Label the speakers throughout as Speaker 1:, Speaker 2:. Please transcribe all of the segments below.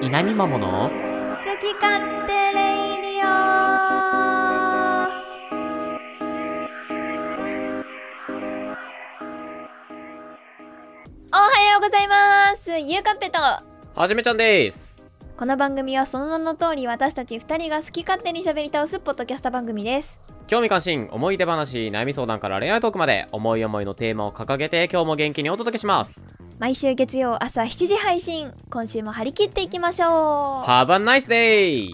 Speaker 1: 南まもの
Speaker 2: 好き勝手レイディオおはようございますゆうかっぺと
Speaker 1: はじめちゃんです
Speaker 2: この番組はその名の通り私たち二人が好き勝手に喋り倒すポッドキャスト番組です
Speaker 1: 興味関心思い出話悩み相談から恋愛トークまで思い思いのテーマを掲げて今日も元気にお届けします
Speaker 2: 毎週月曜朝7時配信今週も張り切っていきましょう
Speaker 1: Have a nice day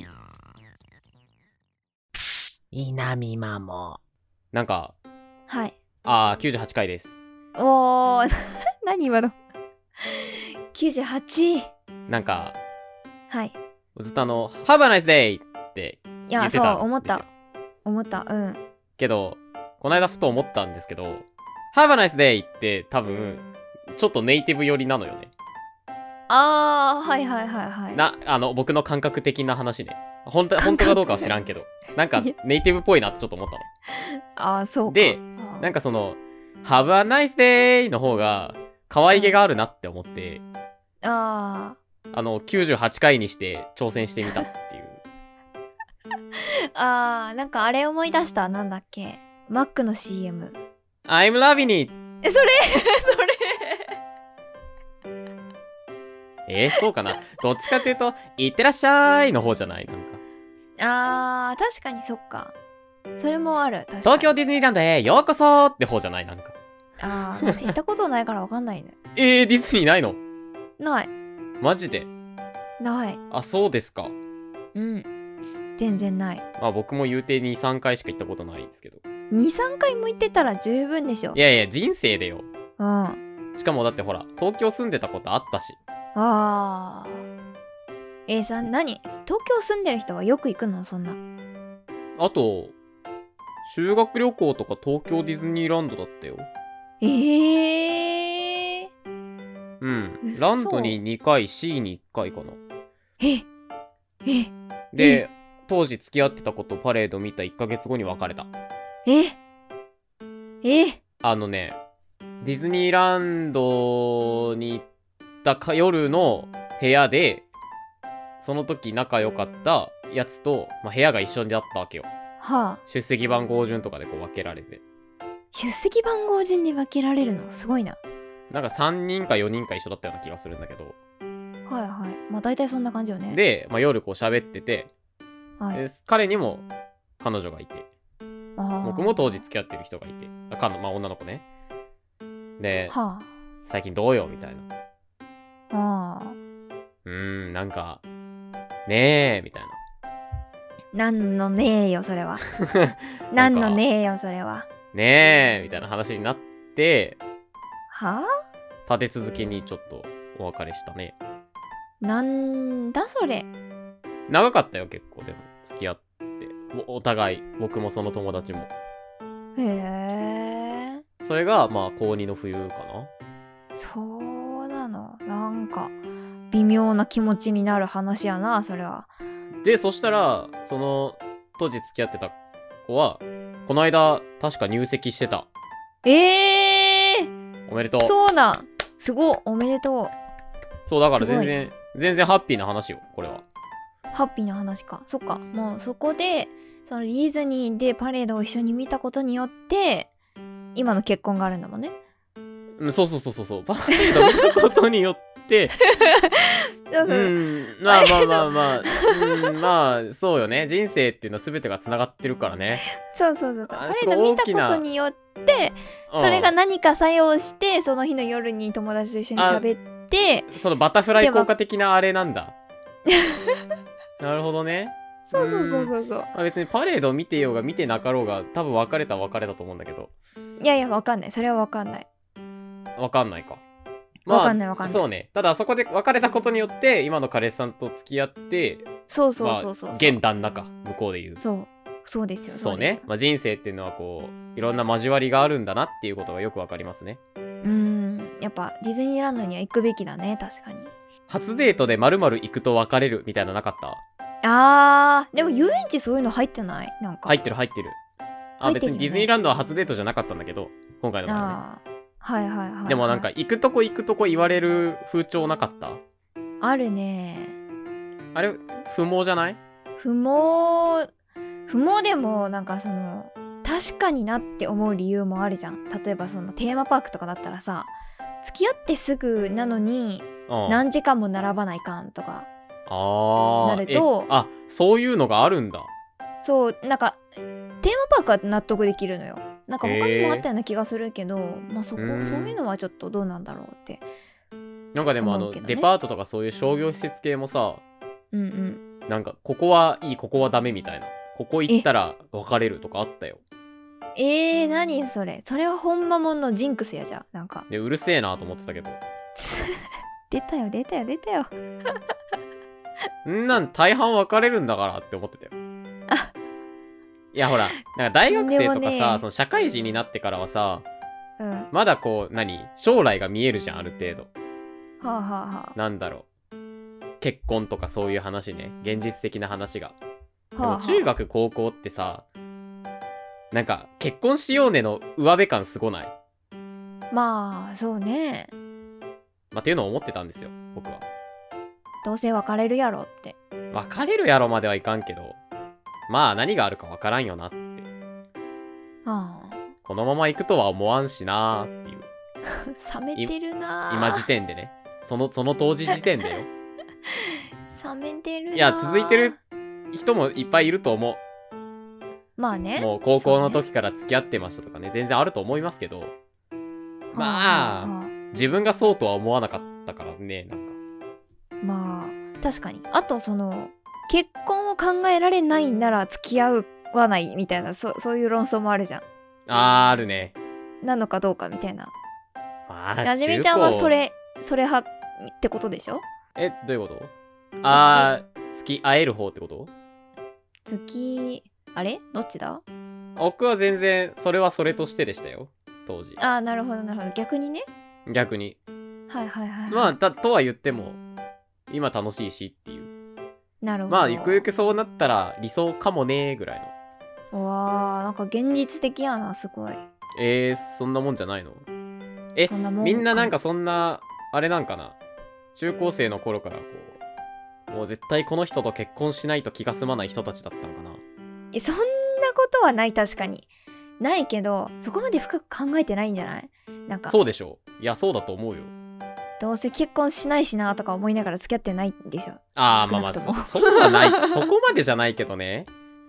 Speaker 1: 南まもなんか
Speaker 2: はい
Speaker 1: あー98回です
Speaker 2: おー 何今の98
Speaker 1: なんか
Speaker 2: はい
Speaker 1: ずっとあの Have a nice day って
Speaker 2: い
Speaker 1: 言
Speaker 2: や
Speaker 1: って
Speaker 2: そう
Speaker 1: たんですよ
Speaker 2: 思った思ったうん
Speaker 1: けどこの間ふと思ったんですけど Have a nice day って多分ちょっとネイティブ寄りなのよね
Speaker 2: あーはいはいはいはい
Speaker 1: なあの僕の感覚的な話ね本当本当かどうかは知らんけどなんか
Speaker 2: いや
Speaker 1: ネイティブっぽいなってちょっと思ったの
Speaker 2: あーそうか
Speaker 1: で
Speaker 2: あー
Speaker 1: なんかその「Have a nice day」の方が可愛げがあるなって思って
Speaker 2: あ
Speaker 1: あの98回にして挑戦してみたっていう
Speaker 2: ーあーなんかあれ思い出したなんだっけマックの CM
Speaker 1: 「I'm loving it
Speaker 2: えそれ それ」
Speaker 1: えーそうかなどっちかというと「いってらっしゃい」の方じゃないなんか
Speaker 2: あー確かにそっかそれもある確かに
Speaker 1: 東京ディズニーランドへようこそって方じゃないなんか
Speaker 2: あー私行ったことないからわかんないね
Speaker 1: えー、ディズニーないの
Speaker 2: ない
Speaker 1: マジで
Speaker 2: ない
Speaker 1: あそうですか
Speaker 2: うん全然ない
Speaker 1: まあ僕も言うて23回しか行ったことないんですけど
Speaker 2: 23回も行ってたら十分でしょ
Speaker 1: いやいや人生でよ
Speaker 2: うんあ
Speaker 1: しかもだってほら東京住んでたことあったし
Speaker 2: あーえー、さん何東京住んでる人はよく行くのそんな
Speaker 1: あと修学旅行とか東京ディズニーランドだったよ
Speaker 2: ええ
Speaker 1: うん
Speaker 2: 嘘
Speaker 1: ランドに2回 C に1回かな
Speaker 2: ええ
Speaker 1: で当時付き合ってた子とパレード見た1ヶ月後に別れた
Speaker 2: えええ
Speaker 1: あのねディズニーランドに行ったか夜の部屋でその時仲良かったやつと、まあ、部屋が一緒だったわけよ
Speaker 2: はあ
Speaker 1: 出席番号順とかでこう分けられて
Speaker 2: 出席番号順で分けられるのすごいな
Speaker 1: なんか3人か4人か一緒だったような気がするんだけど
Speaker 2: はいはいまあ大体そんな感じよね
Speaker 1: で、まあ、夜こう喋ってて、
Speaker 2: はい
Speaker 1: で彼にも彼女がいて
Speaker 2: あー
Speaker 1: 僕も当時付き合ってる人がいてあ彼の、まあ、女の子ねで
Speaker 2: は
Speaker 1: 「最近どうよ?」みたいな
Speaker 2: ああ
Speaker 1: 「うーんなんかねえ」みたいな
Speaker 2: ーなんのねえよそ れはなんのねえよそれは
Speaker 1: ねえみたいな話になって
Speaker 2: はあ
Speaker 1: 立て続けにちょっとお別れしたね
Speaker 2: なんだそれ
Speaker 1: 長かったよ結構でも付き合っておお互い僕もその友達も
Speaker 2: へえ
Speaker 1: それがまあ高2の冬かな
Speaker 2: そうなのなんか微妙な気持ちになる話やなそれは
Speaker 1: でそしたらその当時付き合ってた子はこの間確か入籍してた
Speaker 2: ええー、
Speaker 1: おめでとうそう
Speaker 2: そうなんすごいおめでとう
Speaker 1: だから
Speaker 2: すご
Speaker 1: 全
Speaker 2: い
Speaker 1: 然全然ハッピーな話よこれは
Speaker 2: ハッピーな話かそっかもうそこでそのディズニーでパレードを一緒に見たことによって今の結婚があるんだもんね
Speaker 1: うんそうそうそうそう そうパレード見たことによって
Speaker 2: だ
Speaker 1: う
Speaker 2: から
Speaker 1: んまあまあまあまあうんまあそうよね人生っていうのは全てがつながってるからね、
Speaker 2: そうそうそうそう
Speaker 1: あ
Speaker 2: パ
Speaker 1: れ
Speaker 2: レ
Speaker 1: すごい
Speaker 2: ード見た
Speaker 1: 大
Speaker 2: こ
Speaker 1: きな
Speaker 2: とによって
Speaker 1: うん
Speaker 2: それが何か作用してその日の夜に友達と一緒に喋って
Speaker 1: そのバタフライ効果的なあれなんだ なるほどね、
Speaker 2: そうそうそうそうそう
Speaker 1: まあ、別にパレード見てようが見てなかろうが多分別れたは別れたと思うんだけど
Speaker 2: いやいやわかんないそれはわかんない
Speaker 1: わかんないか。
Speaker 2: わかんないわかんない
Speaker 1: そうね。ただ、そこで別れたことによって、今の彼氏さんと付き合って、
Speaker 2: そうそうそうそう
Speaker 1: まあ
Speaker 2: そう、
Speaker 1: 現旦那か、向こうで言う。
Speaker 2: そうそうですよ
Speaker 1: そう
Speaker 2: です
Speaker 1: ね
Speaker 2: よ。
Speaker 1: まあ、人生っていうのは、こう、いろんな交わりがあるんだなっていうことがよくわかりますね。
Speaker 2: うーんやっぱディズニーランドには行くべきだね確かに
Speaker 1: 初デートでまるまる行くと別れるみたいなのなかった
Speaker 2: あーでも遊園地そういうの入ってないなんか
Speaker 1: 入ってる入ってる。あ、
Speaker 2: 入って
Speaker 1: 別
Speaker 2: る
Speaker 1: に
Speaker 2: よね
Speaker 1: ディズニーランドは初デートじゃなかったんだけど、今回の場合はね。
Speaker 2: あーはいはいはいはい
Speaker 1: でもなんか、行くとこ行くとこ言われる風潮なかった
Speaker 2: あるね
Speaker 1: あれ不毛じゃない
Speaker 2: 不毛不毛でもなんかその確かになって思う理由もあるじゃん例えばそのテーマパークとかだったらさ付き合ってすぐなのに
Speaker 1: うん
Speaker 2: 何時間も並ばないかんとか
Speaker 1: あー
Speaker 2: なると
Speaker 1: えあそういうのがあるんだ
Speaker 2: そうなんかテーマパークは納得できるのよなんか他に
Speaker 1: へー
Speaker 2: もあったような気がするけど、まあそこ
Speaker 1: うん
Speaker 2: そういうのはちょっとどうなんだろうって
Speaker 1: なんかでもあ
Speaker 2: 思
Speaker 1: の、
Speaker 2: うけどね
Speaker 1: デパートとかそういう商業施設系もさ
Speaker 2: うんうん
Speaker 1: なんかここはいいここはダメみたいなここ行ったら別れるとかあったよ
Speaker 2: えー、何それそれはほんまもんのジンクスやじゃんなんか
Speaker 1: でうるせえなと思ってたけど
Speaker 2: つ出たよ出たよ出たよ
Speaker 1: んなん大半別れるんだからって思ってたよいやほらなんか大学生と
Speaker 2: で
Speaker 1: か
Speaker 2: も
Speaker 1: さ、
Speaker 2: ね
Speaker 1: その社会人になってからはさ
Speaker 2: うんは
Speaker 1: まだこう何将来が見えるじゃんある程度
Speaker 2: あはあはあ
Speaker 1: なんだろう結婚とかそういう話ね現実的な話がで
Speaker 2: はあ
Speaker 1: も
Speaker 2: はあ
Speaker 1: 中学高校ってさなんか結婚しようねの上辺感すごない、
Speaker 2: まあそうね
Speaker 1: まあ、っていうのを思ってたんですよ僕は
Speaker 2: どうせ別れるやろって
Speaker 1: 別れるやろまではいかんけどまあ何があるかわからんよなって
Speaker 2: あ
Speaker 1: このまま行くとは思わんしなーっていう
Speaker 2: あ 冷めてるなあ
Speaker 1: 今時点でねそのその当時時点 でよ
Speaker 2: 冷めてるなあ
Speaker 1: いや続いてる人もいっぱいいると思
Speaker 2: まあ
Speaker 1: う
Speaker 2: ね
Speaker 1: もう高校の時から付き合ってましたとかね全然あると思いますけどまあ
Speaker 2: はは
Speaker 1: 自分がそうとは思わなかったからねなんか
Speaker 2: まあ確かにあとその結婚を考えられないなら付き合わないみたいなそそういう論争もあるじゃ
Speaker 1: あーあるね
Speaker 2: んなのかどうかみたいな
Speaker 1: あー
Speaker 2: なじみちゃんは
Speaker 1: 中高
Speaker 2: それそれ派ってことでしょ
Speaker 1: えどういうことあー付き合える方ってこと
Speaker 2: 付きあれどっちだ
Speaker 1: 僕は全然それはそれとしてでしたよ当時
Speaker 2: ああなるほどなるほど逆にね
Speaker 1: 逆に
Speaker 2: はいはいはい、はい、
Speaker 1: まあたとは言っても今楽しいしっていう
Speaker 2: なるほど
Speaker 1: まあゆくゆくそうなったら理想かもねーぐらいの
Speaker 2: うわあなんか現実的やなすごい
Speaker 1: えー、そんなもんじゃないのえ
Speaker 2: そんなも
Speaker 1: みんななん
Speaker 2: か
Speaker 1: かそんなあれなんかな中高生の頃からこうもう絶対この人と結婚しないと気が済まない人たちだったのかな
Speaker 2: えそんなことはない確かにないけどそこまで深く考えてないんじゃないなんか
Speaker 1: そうでしょういやそうだと思うよ
Speaker 2: どうせ結婚しないしなとか思いながら付き合ってないんでしょ
Speaker 1: ああま
Speaker 2: 少
Speaker 1: あ
Speaker 2: な
Speaker 1: ま
Speaker 2: く
Speaker 1: あ
Speaker 2: と
Speaker 1: そ
Speaker 2: も
Speaker 1: そうはないそこまでじゃないけどね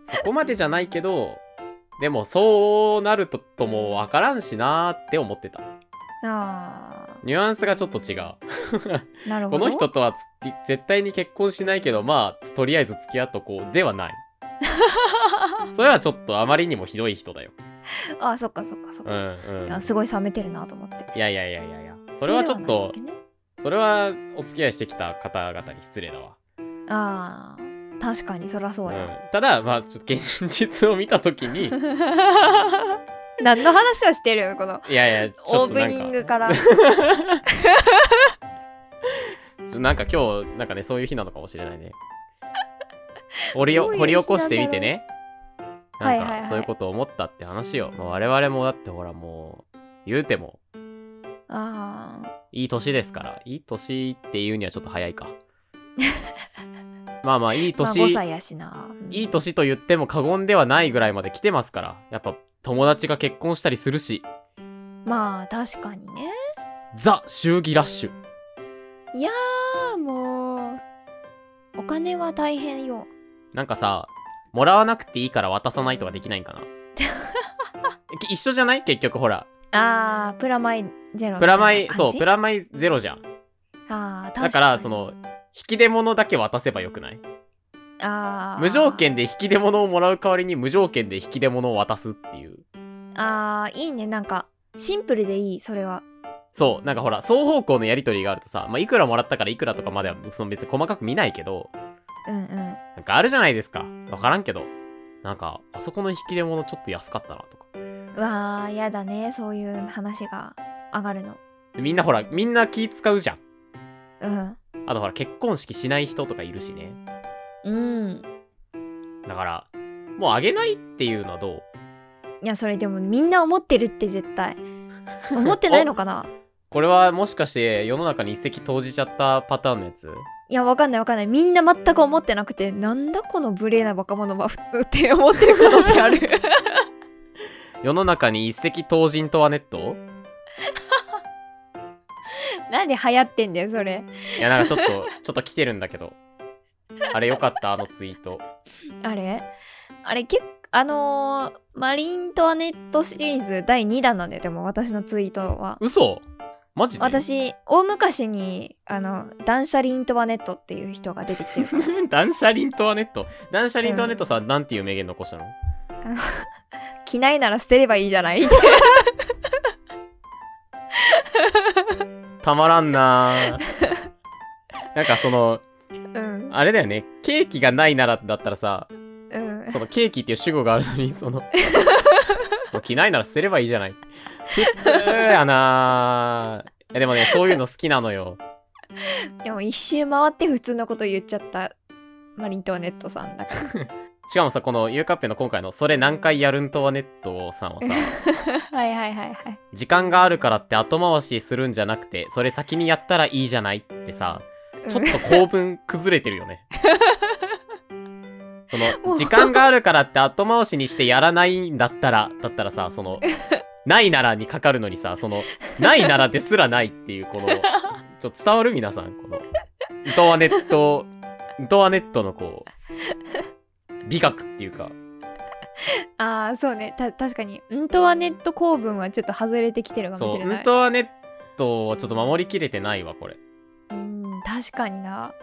Speaker 1: そこまでじゃないけどでもそうなるとともわからんしなーって思ってた
Speaker 2: あ
Speaker 1: ニュアンスがちょっと違う
Speaker 2: ーなるほ
Speaker 1: こ
Speaker 2: ど
Speaker 1: の人とはつき絶対に結婚しないけどまあとりあえず付き合っとこうでは ないそれはちょっとあまりにもひどい人だよ
Speaker 2: あーそっかそっかそっ
Speaker 1: う
Speaker 2: か、
Speaker 1: んうん
Speaker 2: いやすごい冷めてるなと思って
Speaker 1: いやいやいやいやいやそれはちょっと
Speaker 2: それではないわけね
Speaker 1: それはお付き合いしてきた方々に失礼だわ
Speaker 2: あー確かにそらそうや、
Speaker 1: ん、ただまあちょっと現実を見た時 に
Speaker 2: 何の話をしてるよこの
Speaker 1: いやいやちょっ
Speaker 2: オー
Speaker 1: と
Speaker 2: プ
Speaker 1: なんか
Speaker 2: ニングから
Speaker 1: なんか今日なんかねそういう日なのかもしれない ね掘りお
Speaker 2: どういう日
Speaker 1: 掘り起こしてみてね
Speaker 2: な
Speaker 1: なん
Speaker 2: んだろうはいはい
Speaker 1: か
Speaker 2: はい
Speaker 1: そういうことを思ったって話を、まあ我々もだってほらもう言うても
Speaker 2: あー
Speaker 1: いい年ですからいい年っていうにはちょっと早い かまあまあいい
Speaker 2: まあ
Speaker 1: 年、
Speaker 2: 5歳やしな、うん
Speaker 1: いい年と言っても過言ではないぐらいまで来てますからやっぱ友達が結婚したりするし
Speaker 2: まあ確かにね
Speaker 1: ザ祝儀ラッシュ
Speaker 2: いやーもうお金は大変よ
Speaker 1: なんかさもらわなくていいから渡さないとかできないんか なき一緒じゃない結局ほら
Speaker 2: あープラマイゼロ
Speaker 1: プラマイそうプ
Speaker 2: ラ
Speaker 1: ラマイゼロじゃん
Speaker 2: あー確か
Speaker 1: だからその引き出物だけ渡せばよくない
Speaker 2: あー
Speaker 1: 無条件で引き出物をもらう代わりに無条件で引き出物を渡すっていう
Speaker 2: あーいいねなんかシンプルでいいそれは
Speaker 1: そうなんかほら双方向のやり取りがあるとさ、まあ、いくらもらったからいくらとかまではその別に細かく見ないけど
Speaker 2: うんうん
Speaker 1: なんかあるじゃないですかわからんけどなんかあそこの引き出物ちょっと安かったなとか
Speaker 2: うわーやだねそういう話が上がるの
Speaker 1: でみんなほらみんな気使うじゃん
Speaker 2: うん
Speaker 1: あとほら結婚式しない人とかいるしね
Speaker 2: うん
Speaker 1: だからもうあげないっていうのはどう
Speaker 2: いやそれでもみんな思ってるって絶対思ってないのかな
Speaker 1: これはもしかして世の中に一石投じちゃったパターンのやつ
Speaker 2: いやわかんないわかんないみんな全く思ってなくてなんだこの無礼な若者はふって思ってる可能性ある
Speaker 1: 世の中に一石投人とはネット
Speaker 2: なんで流行ってんだよそれ
Speaker 1: いやなんかちょっと ちょっと来てるんだけどあれよかったあのツイート
Speaker 2: あれあれ結構あのーマリントワネットシリーズ第2弾なんだよでも私のツイートは
Speaker 1: 嘘マジで
Speaker 2: 私大昔にあの断捨リントワネットっていう人が出てきてる から
Speaker 1: 断捨離とはネット断捨離とはネットさん、なんていう名言残したの
Speaker 2: 着ないなら捨てればいいじゃ ないって
Speaker 1: たまらんなーなんかその
Speaker 2: うん
Speaker 1: あれだよねケーキがないならだったらさ
Speaker 2: うん
Speaker 1: そのケーキっていう主語があるのにそのもう着ないなら捨てればいいじゃない普通やなーいやでもねそういうの好きなのよ
Speaker 2: でも一周回って普通のこと言っちゃったマリントワネットさんだから
Speaker 1: しかもさこのゆうかっぺの今回の「それ何回やるんとはネット」さんはさ
Speaker 2: はいはいはいはい
Speaker 1: 時間があるからって後回しするんじゃなくてそれ先にやったらいいじゃないってさちょっと構文崩れてるよ ね。そ
Speaker 2: も
Speaker 1: の
Speaker 2: う
Speaker 1: 時間があるからって後回しにしてやらないんだったらだったらさそ のないならにかかるのにさそのないならですらないっていうこのちょっと伝わる皆さんこのイトワネットイトワネットのこ う美学っていうか
Speaker 2: ああそうねた確かにうんとはネット構文はちょっと外れてきてるかも
Speaker 1: そ
Speaker 2: し
Speaker 1: う
Speaker 2: れ
Speaker 1: イ
Speaker 2: ない
Speaker 1: トワネットをちょっと守りきれてないわこれ。
Speaker 2: うん確かにな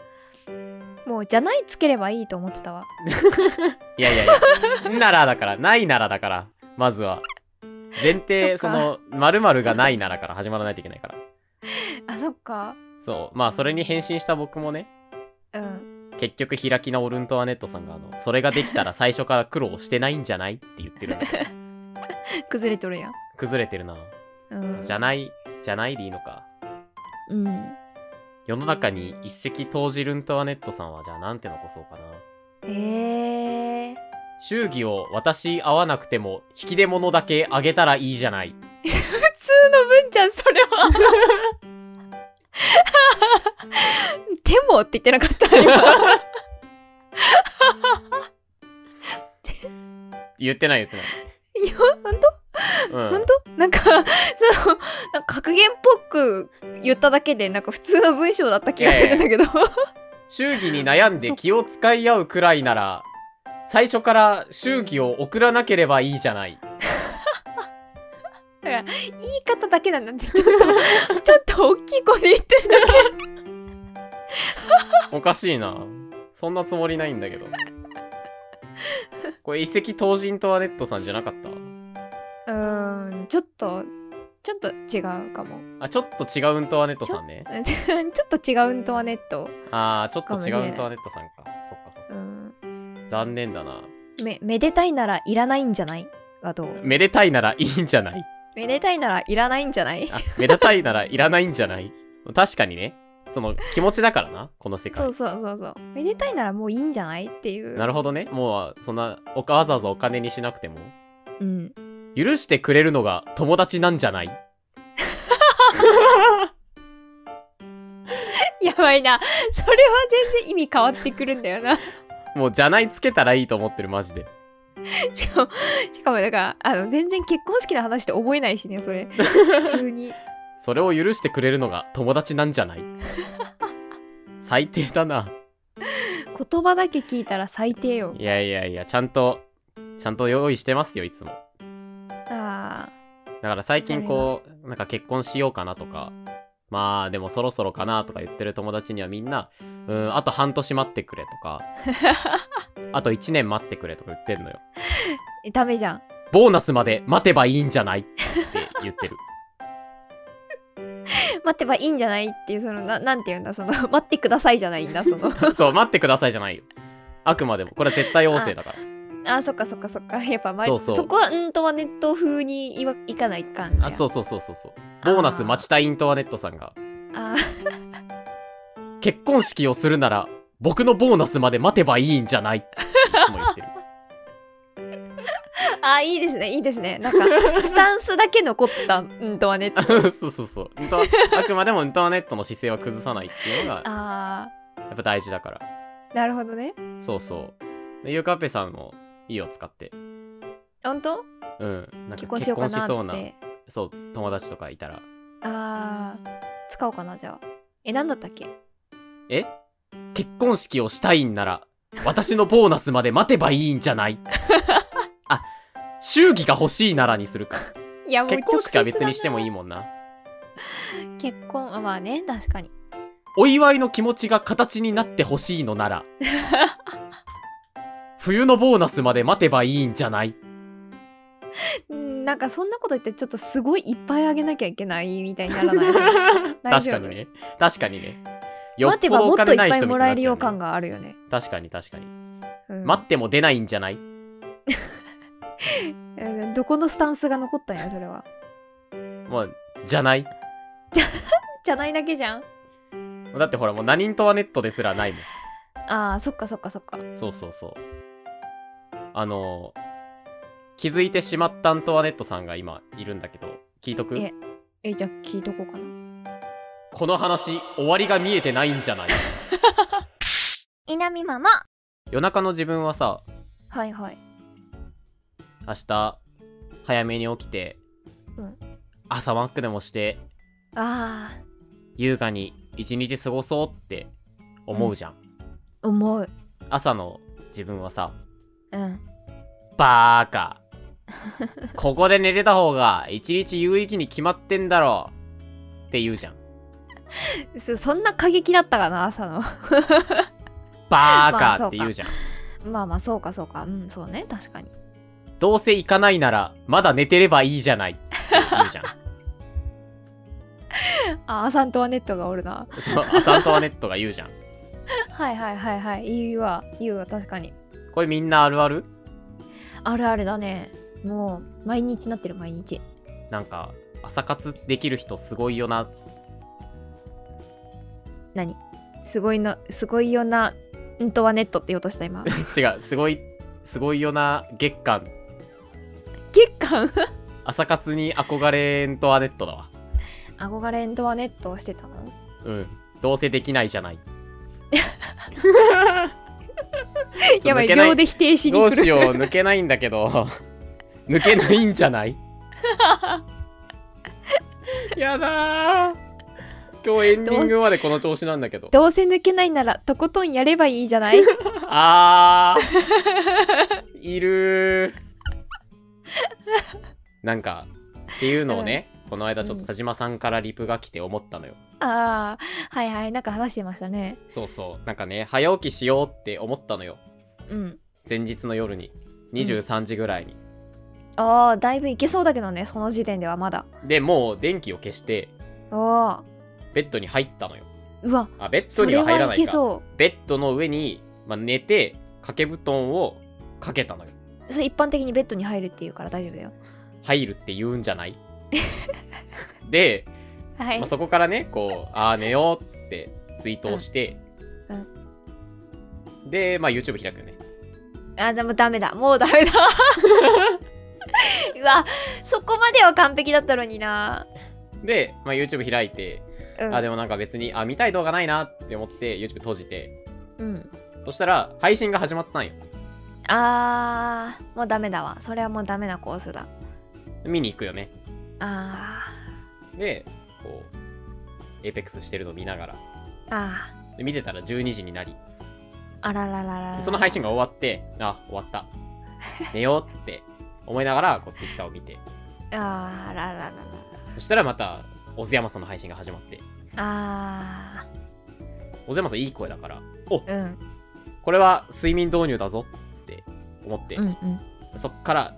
Speaker 2: もうじゃないつければいいと思ってたわ
Speaker 1: いやいやいや、ならだから、ないならだから、まずは。前提、そ
Speaker 2: そっか
Speaker 1: の、〇〇がないならから始まらないといけないから。
Speaker 2: あそっか
Speaker 1: そう、まあ、それに返信した僕もね、
Speaker 2: うん
Speaker 1: 結局、開き直るんとはネットさんが、あの、それができたら最初から苦労してないんじゃないって言ってるんだけど
Speaker 2: 崩れとるやん、
Speaker 1: 崩れてるな。
Speaker 2: うん、
Speaker 1: じゃない、じゃないでいいのか。
Speaker 2: うん
Speaker 1: 世の中に一石投じるんとはネットさんは、じゃあ、なんて残そうかな。
Speaker 2: えー、
Speaker 1: 祝儀を私合わなくても、引き出物だけあげたらいいじゃない。
Speaker 2: 普通の文ちゃんそれは でもって言ってなかった今
Speaker 1: 言ってない言ってない。
Speaker 2: いや本当
Speaker 1: うん。
Speaker 2: 本当なんかそのなんか格言っぽく言っただけでなんか普通の文章だった気がするんだけど
Speaker 1: 祝儀に悩んで気を使い合うくらいなら最初から祝儀を送らなければいいじゃない
Speaker 2: 言い方だけなんだってちょっとちょっと大きい声で言ってるだ
Speaker 1: おかしいなそんなつもりないんだけどこれ一石投人とはネットさんじゃなかった
Speaker 2: けうーんちょっとちょっと違うかも
Speaker 1: あちょっと違うんとはネットさんね
Speaker 2: ちょっと違うんとはネット
Speaker 1: あーちょっ
Speaker 2: かも
Speaker 1: と
Speaker 2: し
Speaker 1: 違
Speaker 2: れない
Speaker 1: うんとはネットさんかそっかそっ
Speaker 2: うん
Speaker 1: か残念だな
Speaker 2: めめでたいならいらないんじゃないはどう
Speaker 1: めでたいならいいんじゃない
Speaker 2: めでたいならいらないんじゃない
Speaker 1: あめでたいならいらないんじゃない確かにねその気持ちだからなこの世
Speaker 2: そ
Speaker 1: 界
Speaker 2: うそうそうそうめでたいならもういいんじゃないっていう
Speaker 1: なるほどねもうそんなおかわざわざお金にしなくても
Speaker 2: うん
Speaker 1: 許してくれるのが友達なんじゃない
Speaker 2: やばいなそれは全然意味変わってくるんだよ な
Speaker 1: もうじゃないつけたらいいと思ってるマジで
Speaker 2: しかも、しかもだから、あの、全然結婚式の話と思えないしね、それ。普通に。
Speaker 1: それを許してくれるのが友達なんじゃない 最低だな
Speaker 2: 言葉だけ聞いたら最低よ。
Speaker 1: いやいやいやちゃんとちゃんと用意してますよいつも
Speaker 2: あ
Speaker 1: だから最近こうなんか結婚しようかなとかまあでもそろそろかなとか言ってる友達にはみんなうんあと半年待ってくれと かあと1年待ってくれとか言ってるのよ
Speaker 2: ーダメじゃん。
Speaker 1: ボーナスまで待てばいいんじゃないって言って る
Speaker 2: 待ってばいいんじゃないっていう、その、ななんていうんだ、その、 待ってくださいじゃな いんだ、その。
Speaker 1: そう、待ってくださいじゃないよ。あくまでも、これは絶対要請だから。
Speaker 2: あー、そっかそっかそっか。やっぱ、ま
Speaker 1: そうそう
Speaker 2: こは、んとはネット風にいわいかないかんね
Speaker 1: あ、そうそうそうそうそう。ボーナス待ちたいイントワネットさんが、
Speaker 2: あー
Speaker 1: 結婚式をするなら、僕のボーナスまで待てばいいんじゃないっていつも言ってる。
Speaker 2: あー、いいですね、いいですね。なん か、スタンスだけ残った、んとはネット。
Speaker 1: そうそうそう。イントワあくまでもイントワネットの姿勢は崩さないっていうのが、
Speaker 2: あ
Speaker 1: やっぱ大事だから
Speaker 2: なるほどね
Speaker 1: そうそうでゆかぺさんもいいよ使って
Speaker 2: 本当
Speaker 1: うんなん
Speaker 2: 結
Speaker 1: か
Speaker 2: 婚し
Speaker 1: 結
Speaker 2: ようか
Speaker 1: 婚し
Speaker 2: な
Speaker 1: そうな
Speaker 2: って
Speaker 1: そう友達とかいたら
Speaker 2: あー使おうかなじゃあえ何だったっけ
Speaker 1: え結婚式をしたいんなら私のボーナスまで待てばいいんじゃ ないあ祝儀が欲しいならにするか
Speaker 2: いやもう
Speaker 1: 結婚式は別にしてもい
Speaker 2: い
Speaker 1: いもんな
Speaker 2: 結婚あまあね確かに
Speaker 1: お祝いの気持ちが形になってほしいのな ら冬のボーナスまで待てばいいんじゃない
Speaker 2: うんなんかそんなこと言ってちょっとすごいいっぱいあげなきゃいけないみたいにならない大
Speaker 1: 確
Speaker 2: 丈夫
Speaker 1: かにね確かにねよ
Speaker 2: 待
Speaker 1: ってぽ
Speaker 2: ば
Speaker 1: ど
Speaker 2: も
Speaker 1: お
Speaker 2: っと
Speaker 1: 金
Speaker 2: いっ
Speaker 1: ない
Speaker 2: ぱ
Speaker 1: 人みた
Speaker 2: いも
Speaker 1: いに
Speaker 2: ら
Speaker 1: な
Speaker 2: え
Speaker 1: っ
Speaker 2: る
Speaker 1: ちゃ
Speaker 2: よ
Speaker 1: うね
Speaker 2: 感があるよね、
Speaker 1: 確かに確かに、
Speaker 2: うん
Speaker 1: 待っても出ないんじゃない
Speaker 2: えーどこのスタンスが残ったんやそれは
Speaker 1: まあじゃない
Speaker 2: じゃないだけじゃん
Speaker 1: だってほらもう何人とはネットですらないもん
Speaker 2: あーそっかそっかそっか
Speaker 1: そうそうそう。あの気づいてしまったアントワネットさんが今いるんだけど、聞いとく
Speaker 2: ええーじゃあ聞いとこうかな
Speaker 1: この話、終わりが見えてないんじ ゃない
Speaker 2: 稲見ママ
Speaker 1: 夜中の自分はさ、
Speaker 2: はいはい
Speaker 1: 明日、早めに起きて、
Speaker 2: うん
Speaker 1: 朝マックでもして、
Speaker 2: あ
Speaker 1: 優雅に一日過ごそうって思うじゃん。
Speaker 2: ー重い
Speaker 1: 朝の自分はさ、
Speaker 2: うん
Speaker 1: バーカ。ここで寝てた方が一日有意義に決まってんだろうって言うじゃん。
Speaker 2: そそんな過激だったかな朝の
Speaker 1: バ
Speaker 2: まあ
Speaker 1: ーカ
Speaker 2: そ
Speaker 1: っ
Speaker 2: う
Speaker 1: て
Speaker 2: か
Speaker 1: 言うじゃん。
Speaker 2: まあまあそうかそうかうんそうね確かに
Speaker 1: どうせ行かないなら、まだ寝てればいいじゃない。いいじゃん。
Speaker 2: あーアサントワネットがおるな
Speaker 1: そのアサントワネットが言うじゃん。
Speaker 2: はいはいはいはい言うわ言うわ確かに
Speaker 1: これみんなあるある
Speaker 2: あるあるだねもう毎日なってる毎日
Speaker 1: なんか、朝活できる人すごいよな。
Speaker 2: 何すごいのすごいよなうんとはネットって言おうとし た今
Speaker 1: 違う、すごい、すごいよな月間。
Speaker 2: 月間
Speaker 1: 朝活に憧れんとワネットだわ。
Speaker 2: 憧れんとはネットをしてたの
Speaker 1: うん。どうせできないじゃ ない。
Speaker 2: やばい
Speaker 1: 抜けない
Speaker 2: 秒で否定しに
Speaker 1: どう
Speaker 2: 来る
Speaker 1: しよう、抜けないんだけ ど。抜けないんじゃない やだー。今日エンディングまでこの調子なんだけど。
Speaker 2: どうせ抜けないならとことんやればいいじゃない
Speaker 1: あ ーいるーなんかっていうのをね、この間ちょっと田島さんからリプが来て思ったのよ、
Speaker 2: ああはいはいなんか話してましたね
Speaker 1: そうそうなんかね早起きしようって思ったのよ
Speaker 2: うん
Speaker 1: 前日の夜に23時ぐらいに、
Speaker 2: ああだいぶいけそうだけどねその時点ではまだ
Speaker 1: でもう電気を消して
Speaker 2: おお
Speaker 1: ベッドに入ったのよ
Speaker 2: うわ
Speaker 1: あベッド
Speaker 2: そ
Speaker 1: に
Speaker 2: れ
Speaker 1: は入ら
Speaker 2: は
Speaker 1: ないい
Speaker 2: け
Speaker 1: か
Speaker 2: そ
Speaker 1: ベッドの上に、まあ、寝て掛け布団をかけたのよ
Speaker 2: うそれ一般的にベッドに入るっていうから大丈夫だよ
Speaker 1: 入るって言うんじゃない で
Speaker 2: は
Speaker 1: まあ、そこからねこうああ寝ようってツイートをして、
Speaker 2: うん
Speaker 1: で、まあ、YouTube 開くよね
Speaker 2: あ、でもダメだ。もうダメだ。 うわ、そこまでは完璧だったのにな。
Speaker 1: で、まあ、YouTube 開いて、
Speaker 2: うん。
Speaker 1: あでもなんか別にあ見たい動画ないなって思って YouTube 閉じて
Speaker 2: うん。
Speaker 1: そしたら配信が始まったんよ
Speaker 2: あー、もうダメだわ。それはもうダメなコースだ。
Speaker 1: 見に行くよね
Speaker 2: あ
Speaker 1: でこう APEX してるの見ながら
Speaker 2: ー、あ
Speaker 1: で見てたら12時になり
Speaker 2: ー、あららららら。
Speaker 1: その配信
Speaker 2: が。
Speaker 1: が終わってあ終わった寝ようって思いながらこう Twitter を見て
Speaker 2: あー、ららららら。
Speaker 1: そしたらまた小津山さんの配信が始まって
Speaker 2: あ
Speaker 1: 小津山さんいい声だからお
Speaker 2: ー、うん。
Speaker 1: これは睡眠導入だぞって思って、
Speaker 2: うんうん。
Speaker 1: そっから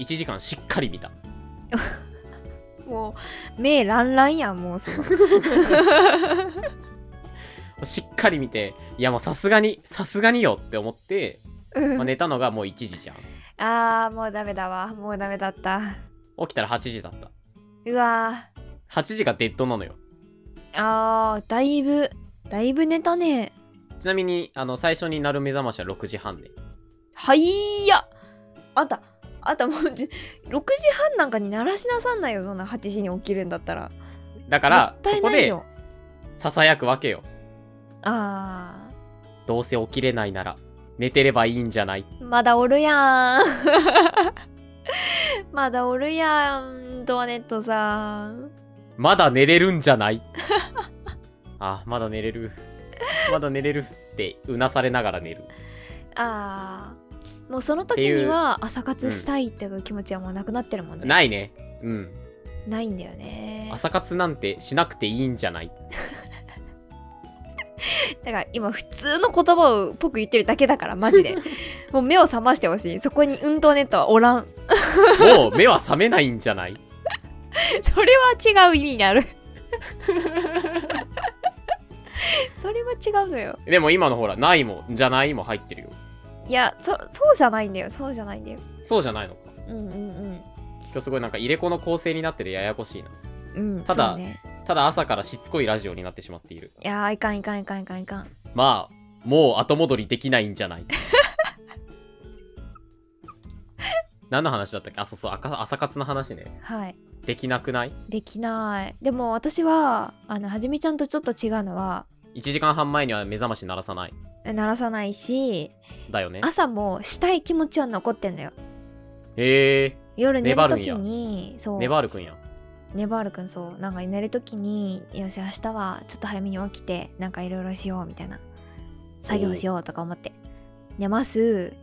Speaker 1: 1時間しっかり見た
Speaker 2: もう、目ランランやん、もうその。
Speaker 1: しっかり見ていやもうさすがにさすがによって思って、
Speaker 2: うん
Speaker 1: まあ、寝たのがもう1時じゃん
Speaker 2: あー、もうダメだわ。もうダメだった。
Speaker 1: 起きたら8時だった
Speaker 2: うわ
Speaker 1: 8時がデッドなのよ
Speaker 2: ー、あー、だいぶ、だいぶ寝たね。
Speaker 1: ちなみにあの最初になる目覚ましは6時半で
Speaker 2: はいやあんたあんたもうじ6時半なんかに鳴らしなさんないよそんな8時に起きるんだったら
Speaker 1: だから
Speaker 2: もっ
Speaker 1: そ
Speaker 2: たい
Speaker 1: こ
Speaker 2: ない
Speaker 1: で
Speaker 2: よ
Speaker 1: ささやくわけよ
Speaker 2: あ
Speaker 1: どうせ起きれないなら寝てればいいんじゃない
Speaker 2: ーまだおるやん まだおるやんドアネットさん
Speaker 1: まだ寝れるんじゃないあまだ寝れるまだ寝れるってうなされながら寝る
Speaker 2: あーもうその時には朝活したいっていう気持ちはもうなくなってるもんね、
Speaker 1: ないねうん
Speaker 2: ないんだよね
Speaker 1: 朝活なんてしなくていいんじゃない
Speaker 2: だから今普通の言葉をぽく言ってるだけだからマ ジでもう目を覚ましてほしいそこに運動ネットはおらん
Speaker 1: もう目は覚めないんじゃない
Speaker 2: それは違う意味になるそれは違うのよ
Speaker 1: でも今のほらないもんじゃないも入ってるよ
Speaker 2: いやそそうじゃないんだよそうじゃないんだよ
Speaker 1: そうじゃないのか
Speaker 2: うんうん
Speaker 1: 今日すごいなんか入れ子の構成になっててややこしいな
Speaker 2: うんうん
Speaker 1: ただ
Speaker 2: そうね、
Speaker 1: ただ朝からしつこいラジオになってしまっている
Speaker 2: いやーいかんいかんいかんいかんいかん
Speaker 1: まあもう後戻りできないんじゃない 何の話だったっけあそうそう朝朝活の話ね
Speaker 2: はい
Speaker 1: できなくない
Speaker 2: できないでも私はあのはじめちゃんとちょっと違うのは
Speaker 1: ?1 時間半前には目覚まし鳴らさない
Speaker 2: 鳴らさないし
Speaker 1: だよね
Speaker 2: 朝もしたい気持ちは残ってんのよ
Speaker 1: へえ
Speaker 2: 夜寝
Speaker 1: 粘
Speaker 2: る
Speaker 1: るん
Speaker 2: 時
Speaker 1: や
Speaker 2: にそう
Speaker 1: ネバールくんや
Speaker 2: ネバールくんそうなんか寝る時によし明日はちょっと早めに起きてなんかいろいろしようみたいな作業しようとか思って寝ます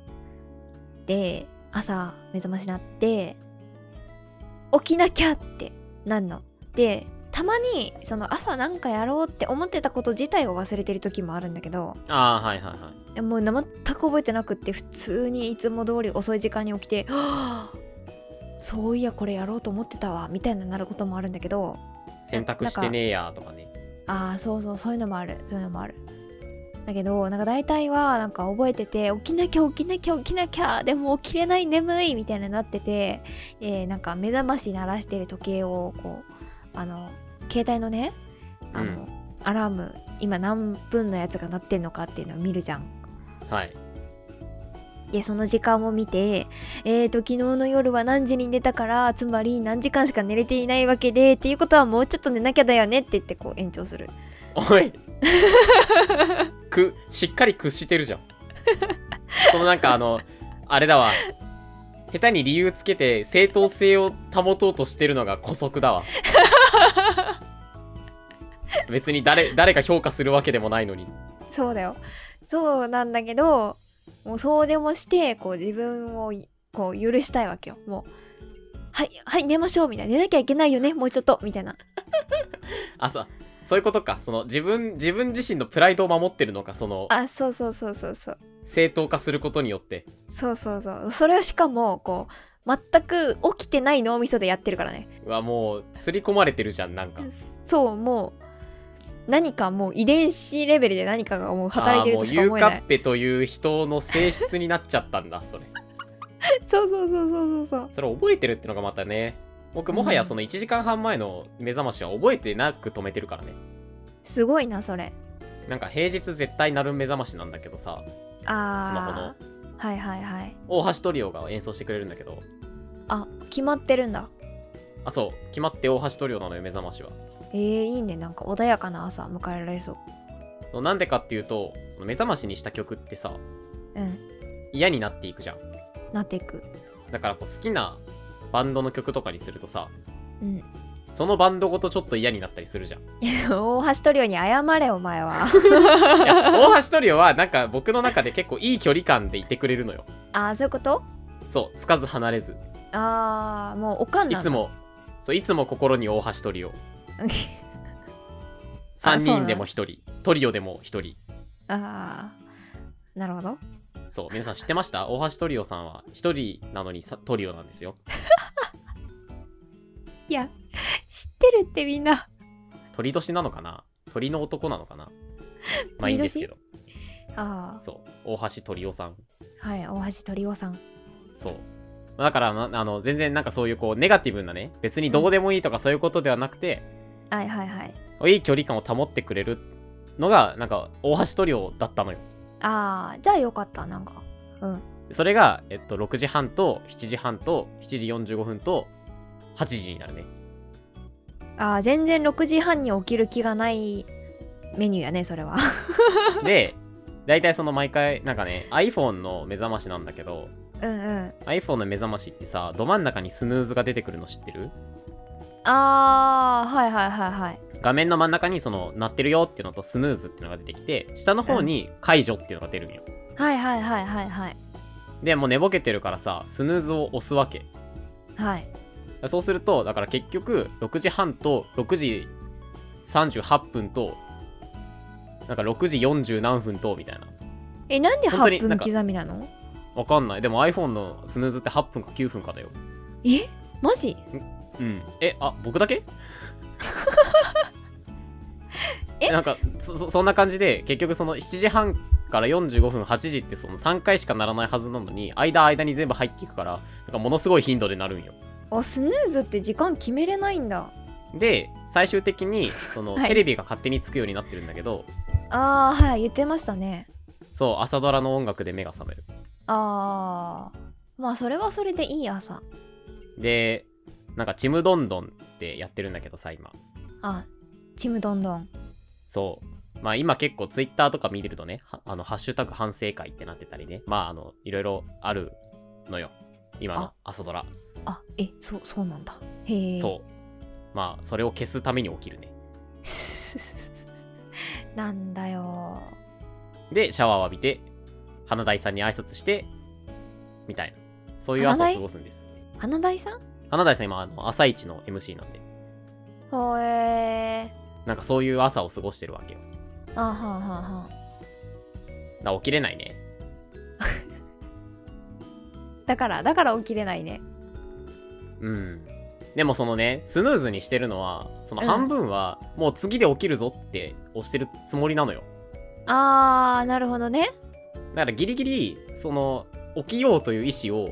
Speaker 2: で朝目覚ましなって起きなきゃってなんのでたまにその朝なんかやろうって思ってたこと自体を忘れてる時もあるんだけど
Speaker 1: ああはいはいはい
Speaker 2: もう全く覚えてなくって普通にいつも通り遅い時間に起きてはぁそういやこれやろうと思ってたわみたいななることもあるんだけど
Speaker 1: 洗濯してねえやとかね
Speaker 2: ああそうそうそういうのもあるそういうのもあるだけどなんか大体はなんか覚えてて起きなきゃ起きなきゃ起きなきゃでも起きれない眠いみたいななってて、えーなんか目覚まし鳴らしてる時計をこうあの携帯のねあの、アラーム今何分のやつが鳴ってんのかっていうのを見るじゃん
Speaker 1: はい
Speaker 2: でその時間を見てえーと昨日の夜は何時に寝たからつまり何時間しか寝れていないわけでっていうことはもうちょっと寝なきゃだよねって言ってこう延長する
Speaker 1: おいくしっかり屈してるじゃんそのなんかあのあれだわ下手に理由つけて正当性を保とうとしてるのが姑息だわ別に誰誰か評価するわけでもないのに
Speaker 2: そうだよそうなんだけどもうそうでもしてこう自分をいこう許したいわけよもうはいはい寝ましょうみたいな寝なきゃいけないよねもうちょっとみたいな
Speaker 1: あそうそういうことかその自分自分自身のプライドを守ってるのかその
Speaker 2: あそうそうそうそうそう
Speaker 1: 正当化することによって
Speaker 2: そうそうそうそれをしかもこう全く起きてない脳みそでやってるからね
Speaker 1: うわもう刷り込まれてるじゃんなんか
Speaker 2: そうもう何かもう遺伝子レベルで何かがもう働いてるとしか思え
Speaker 1: あーもう
Speaker 2: な
Speaker 1: ユー
Speaker 2: い
Speaker 1: カッペという人の性質になっちゃったんだそれ
Speaker 2: そうそうそうそうそう
Speaker 1: それ覚えてるってのがまたね僕もはやその1時間半前の目覚ましは覚えてなく止めてるからね
Speaker 2: すごいなそれ
Speaker 1: なんか平日絶対なる目覚ましなんだけどさ
Speaker 2: あーはいはいはい
Speaker 1: 大橋トリオが演奏してくれるんだけど
Speaker 2: あ決まってるんだ
Speaker 1: あそう決まって大橋トリオなのよ目覚ましは
Speaker 2: えー、いいねなんか穏やかな朝迎えられそう
Speaker 1: のなんでかっていうとその目覚ましにした曲ってさ
Speaker 2: うん
Speaker 1: 嫌になっていくじゃん
Speaker 2: なっていく
Speaker 1: だからこう好きなバンドの曲とかにするとさ
Speaker 2: うん
Speaker 1: そのバンドごとちょっと嫌になったりするじゃん
Speaker 2: 大橋トリオに謝れお前は
Speaker 1: いや大橋トリオはなんか僕の中で結構いい距離感でいてくれるのよ
Speaker 2: あーそういうこと
Speaker 1: そうつかず離れず
Speaker 2: あーもうおかん
Speaker 1: い
Speaker 2: なん
Speaker 1: つ
Speaker 2: だ
Speaker 1: もそういつも心に大橋トリオ
Speaker 2: あ
Speaker 1: 3
Speaker 2: そうな
Speaker 1: 人
Speaker 2: の
Speaker 1: でも1人トリオでも1人
Speaker 2: あーなるほど
Speaker 1: そう皆さん知ってました 大橋トリオさんは1人なのにさトリオなんですよ
Speaker 2: いや知ってるってみんな
Speaker 1: 鳥年なのかな鳥の男なの かなまあいいんですけど
Speaker 2: あ
Speaker 1: そう大橋トリオさん
Speaker 2: あはい大橋トリオさん
Speaker 1: そうまあだから、まあの全然なんかそういうこうネガティブなね別にどうでもいいとかそういうことではなくて、
Speaker 2: はいはいはい
Speaker 1: いい距離感を保ってくれるのがなんか大橋トリオだったのよ
Speaker 2: ああじゃあよかったなんかうん
Speaker 1: それが、えっと、6時半と7時半と7時45分と8時になるね
Speaker 2: ああ全然6時半に起きる気がないメニューやねそれは
Speaker 1: で大体その毎回なんかね iPhone の目覚ましなんだけど
Speaker 2: うんうん
Speaker 1: iPhone の目覚ましってさど真ん中にスヌーズが出てくるの知ってる
Speaker 2: あーはいはいはいはい
Speaker 1: 画面の真ん中にその鳴ってるよっていうのとスヌーズっていうのが出てきて下の方に解除っていうのが出るんよ、
Speaker 2: はいはいはいはいはい
Speaker 1: でもう寝ぼけてるからさスヌーズを押すわけ
Speaker 2: はい
Speaker 1: そうするとだから結局6時半と6時38分となんか6時40何分とみたいな
Speaker 2: えなんで
Speaker 1: 本当に
Speaker 2: 8
Speaker 1: な
Speaker 2: 分
Speaker 1: んか
Speaker 2: 刻みなの
Speaker 1: わかんないでも iPhone のスヌーズって8分か9分かだよ
Speaker 2: えマジ
Speaker 1: うんえあ僕だけ
Speaker 2: え
Speaker 1: なんかそそそんな感じで結局その7時半から45分8時ってその3回しかならないはずなのに間間に全部入っていくからなんかものすごい頻度でなるんよ
Speaker 2: あスヌーズって時間決めれないんだ
Speaker 1: で最終的にその、
Speaker 2: はい
Speaker 1: テレビが勝手につくようになってるんだけど
Speaker 2: あーはい言ってましたね
Speaker 1: そう朝ドラの音楽で目が覚める
Speaker 2: あーまあそれはそれでいい朝
Speaker 1: でなんか「ちむどんどん」ってやってるんだけどさ今
Speaker 2: あちむどんどん
Speaker 1: そうまあ今結構ツイッターとか見てるとねはあの「ハッシュタグ反省会」ってなってたりねまああのいろいろあるのよ今の
Speaker 2: あ
Speaker 1: 朝ドラ
Speaker 2: あえそうそうなんだへえ
Speaker 1: そうまあそれを消すために起きるね
Speaker 2: なんだよ
Speaker 1: でシャワーを浴びて花大さんに挨拶してみたいなそういう朝を
Speaker 2: 花大
Speaker 1: 過ごすんです
Speaker 2: 花大さん
Speaker 1: 花大さん今あの朝一の MC なんで
Speaker 2: ほえ
Speaker 1: なんかそういう朝を過ごしてるわけよ
Speaker 2: ーあはんはんはん
Speaker 1: だから起きれないね
Speaker 2: だからだから起きれないね
Speaker 1: うんでもそのねスヌーズにしてるのはその
Speaker 2: うん
Speaker 1: 半分はもう次で起きるぞって押してるつもりなのよ、
Speaker 2: あーなるほどね
Speaker 1: だからギリギリその起きようという意思を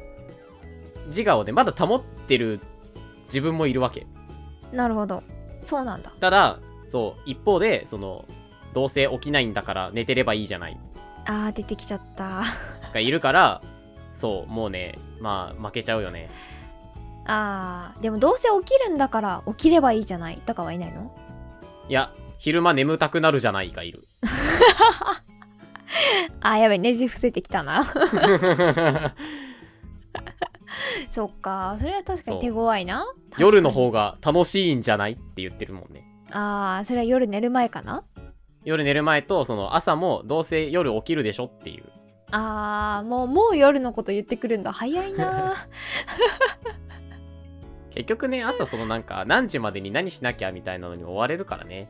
Speaker 1: 自我をねまだ保ってる自分もいるわけ
Speaker 2: なるほどそうなんだ
Speaker 1: ただそう一方でそのどうせ起きないんだから寝てればいいじゃない
Speaker 2: あー出てきちゃった
Speaker 1: がいるからそうもうねまあ負けちゃうよね
Speaker 2: あーでもどうせ起きるんだから起きればいいじゃないとかはいないの
Speaker 1: いや昼間眠たくなるじゃないがいる
Speaker 2: あーやべねじ伏せてきたな そっかそれは確かに手強いな確かに
Speaker 1: 夜の方が楽しいんじゃないって言ってるもんね
Speaker 2: あーそれは夜寝る前かな
Speaker 1: 夜寝る前とその朝もどうせ夜起きるでしょっていう
Speaker 2: あーもうもう夜のこと言ってくるんだ早 いな
Speaker 1: 結局ね朝そのなんか何時までに何しなきゃみたいなのに追われるからね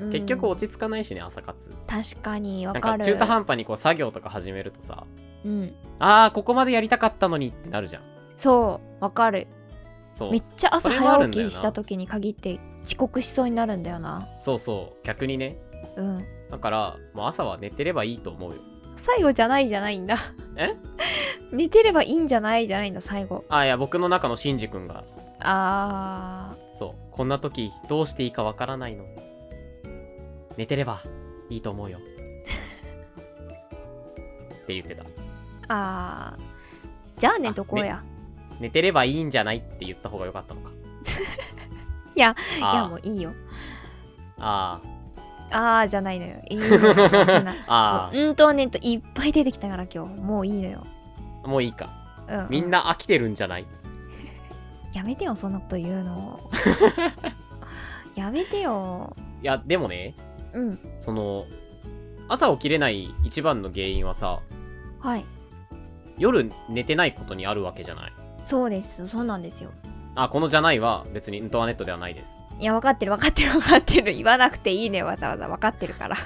Speaker 2: うん
Speaker 1: 結局落ち着かないしね朝活
Speaker 2: 確かにわ
Speaker 1: なん
Speaker 2: か
Speaker 1: か
Speaker 2: る
Speaker 1: 中途半端にこう作業とか始めるとさ
Speaker 2: うん
Speaker 1: あーここまでやりたかったのにってなるじゃん
Speaker 2: そうわかる
Speaker 1: そう
Speaker 2: めっちゃ朝
Speaker 1: それはあ
Speaker 2: 早
Speaker 1: るん
Speaker 2: 起
Speaker 1: だよな
Speaker 2: きした時に限って遅刻しそうになるんだよな
Speaker 1: そうそう逆にね
Speaker 2: うん
Speaker 1: だからもう朝は寝てればいいと思うよ
Speaker 2: 最後じゃないじゃないんだ
Speaker 1: え
Speaker 2: 寝てればいいんじゃないじゃないんだ最後
Speaker 1: あーいや僕の中のシンジ君が
Speaker 2: あ
Speaker 1: そうこんな時どうしていいかわからないの寝てればいいと思うよって言ってた
Speaker 2: ーあーじゃあね
Speaker 1: あ
Speaker 2: どこうや、
Speaker 1: 寝てればいいんじゃないって言った方が良かったのか
Speaker 2: いや
Speaker 1: い
Speaker 2: いやもういいよ
Speaker 1: あ
Speaker 2: あーじゃないのよいいのよそんな
Speaker 1: ーあ
Speaker 2: もううんとねんといっぱい出てきたから今日もういいのよ、
Speaker 1: ーもういいか
Speaker 2: うう
Speaker 1: みんな飽きてるんじゃない
Speaker 2: やめてよそんなこと 言うのやめてよ
Speaker 1: いやでもね
Speaker 2: うん
Speaker 1: その朝起きれない一番の原因はさ
Speaker 2: はい
Speaker 1: 夜寝てないことにあるわけじゃない
Speaker 2: そうですそうなんですよ
Speaker 1: あこの「じゃない」は別にイントワネットではないです
Speaker 2: いや分かってる分かってる分かってる言わなくていいねわざわざ分かってるから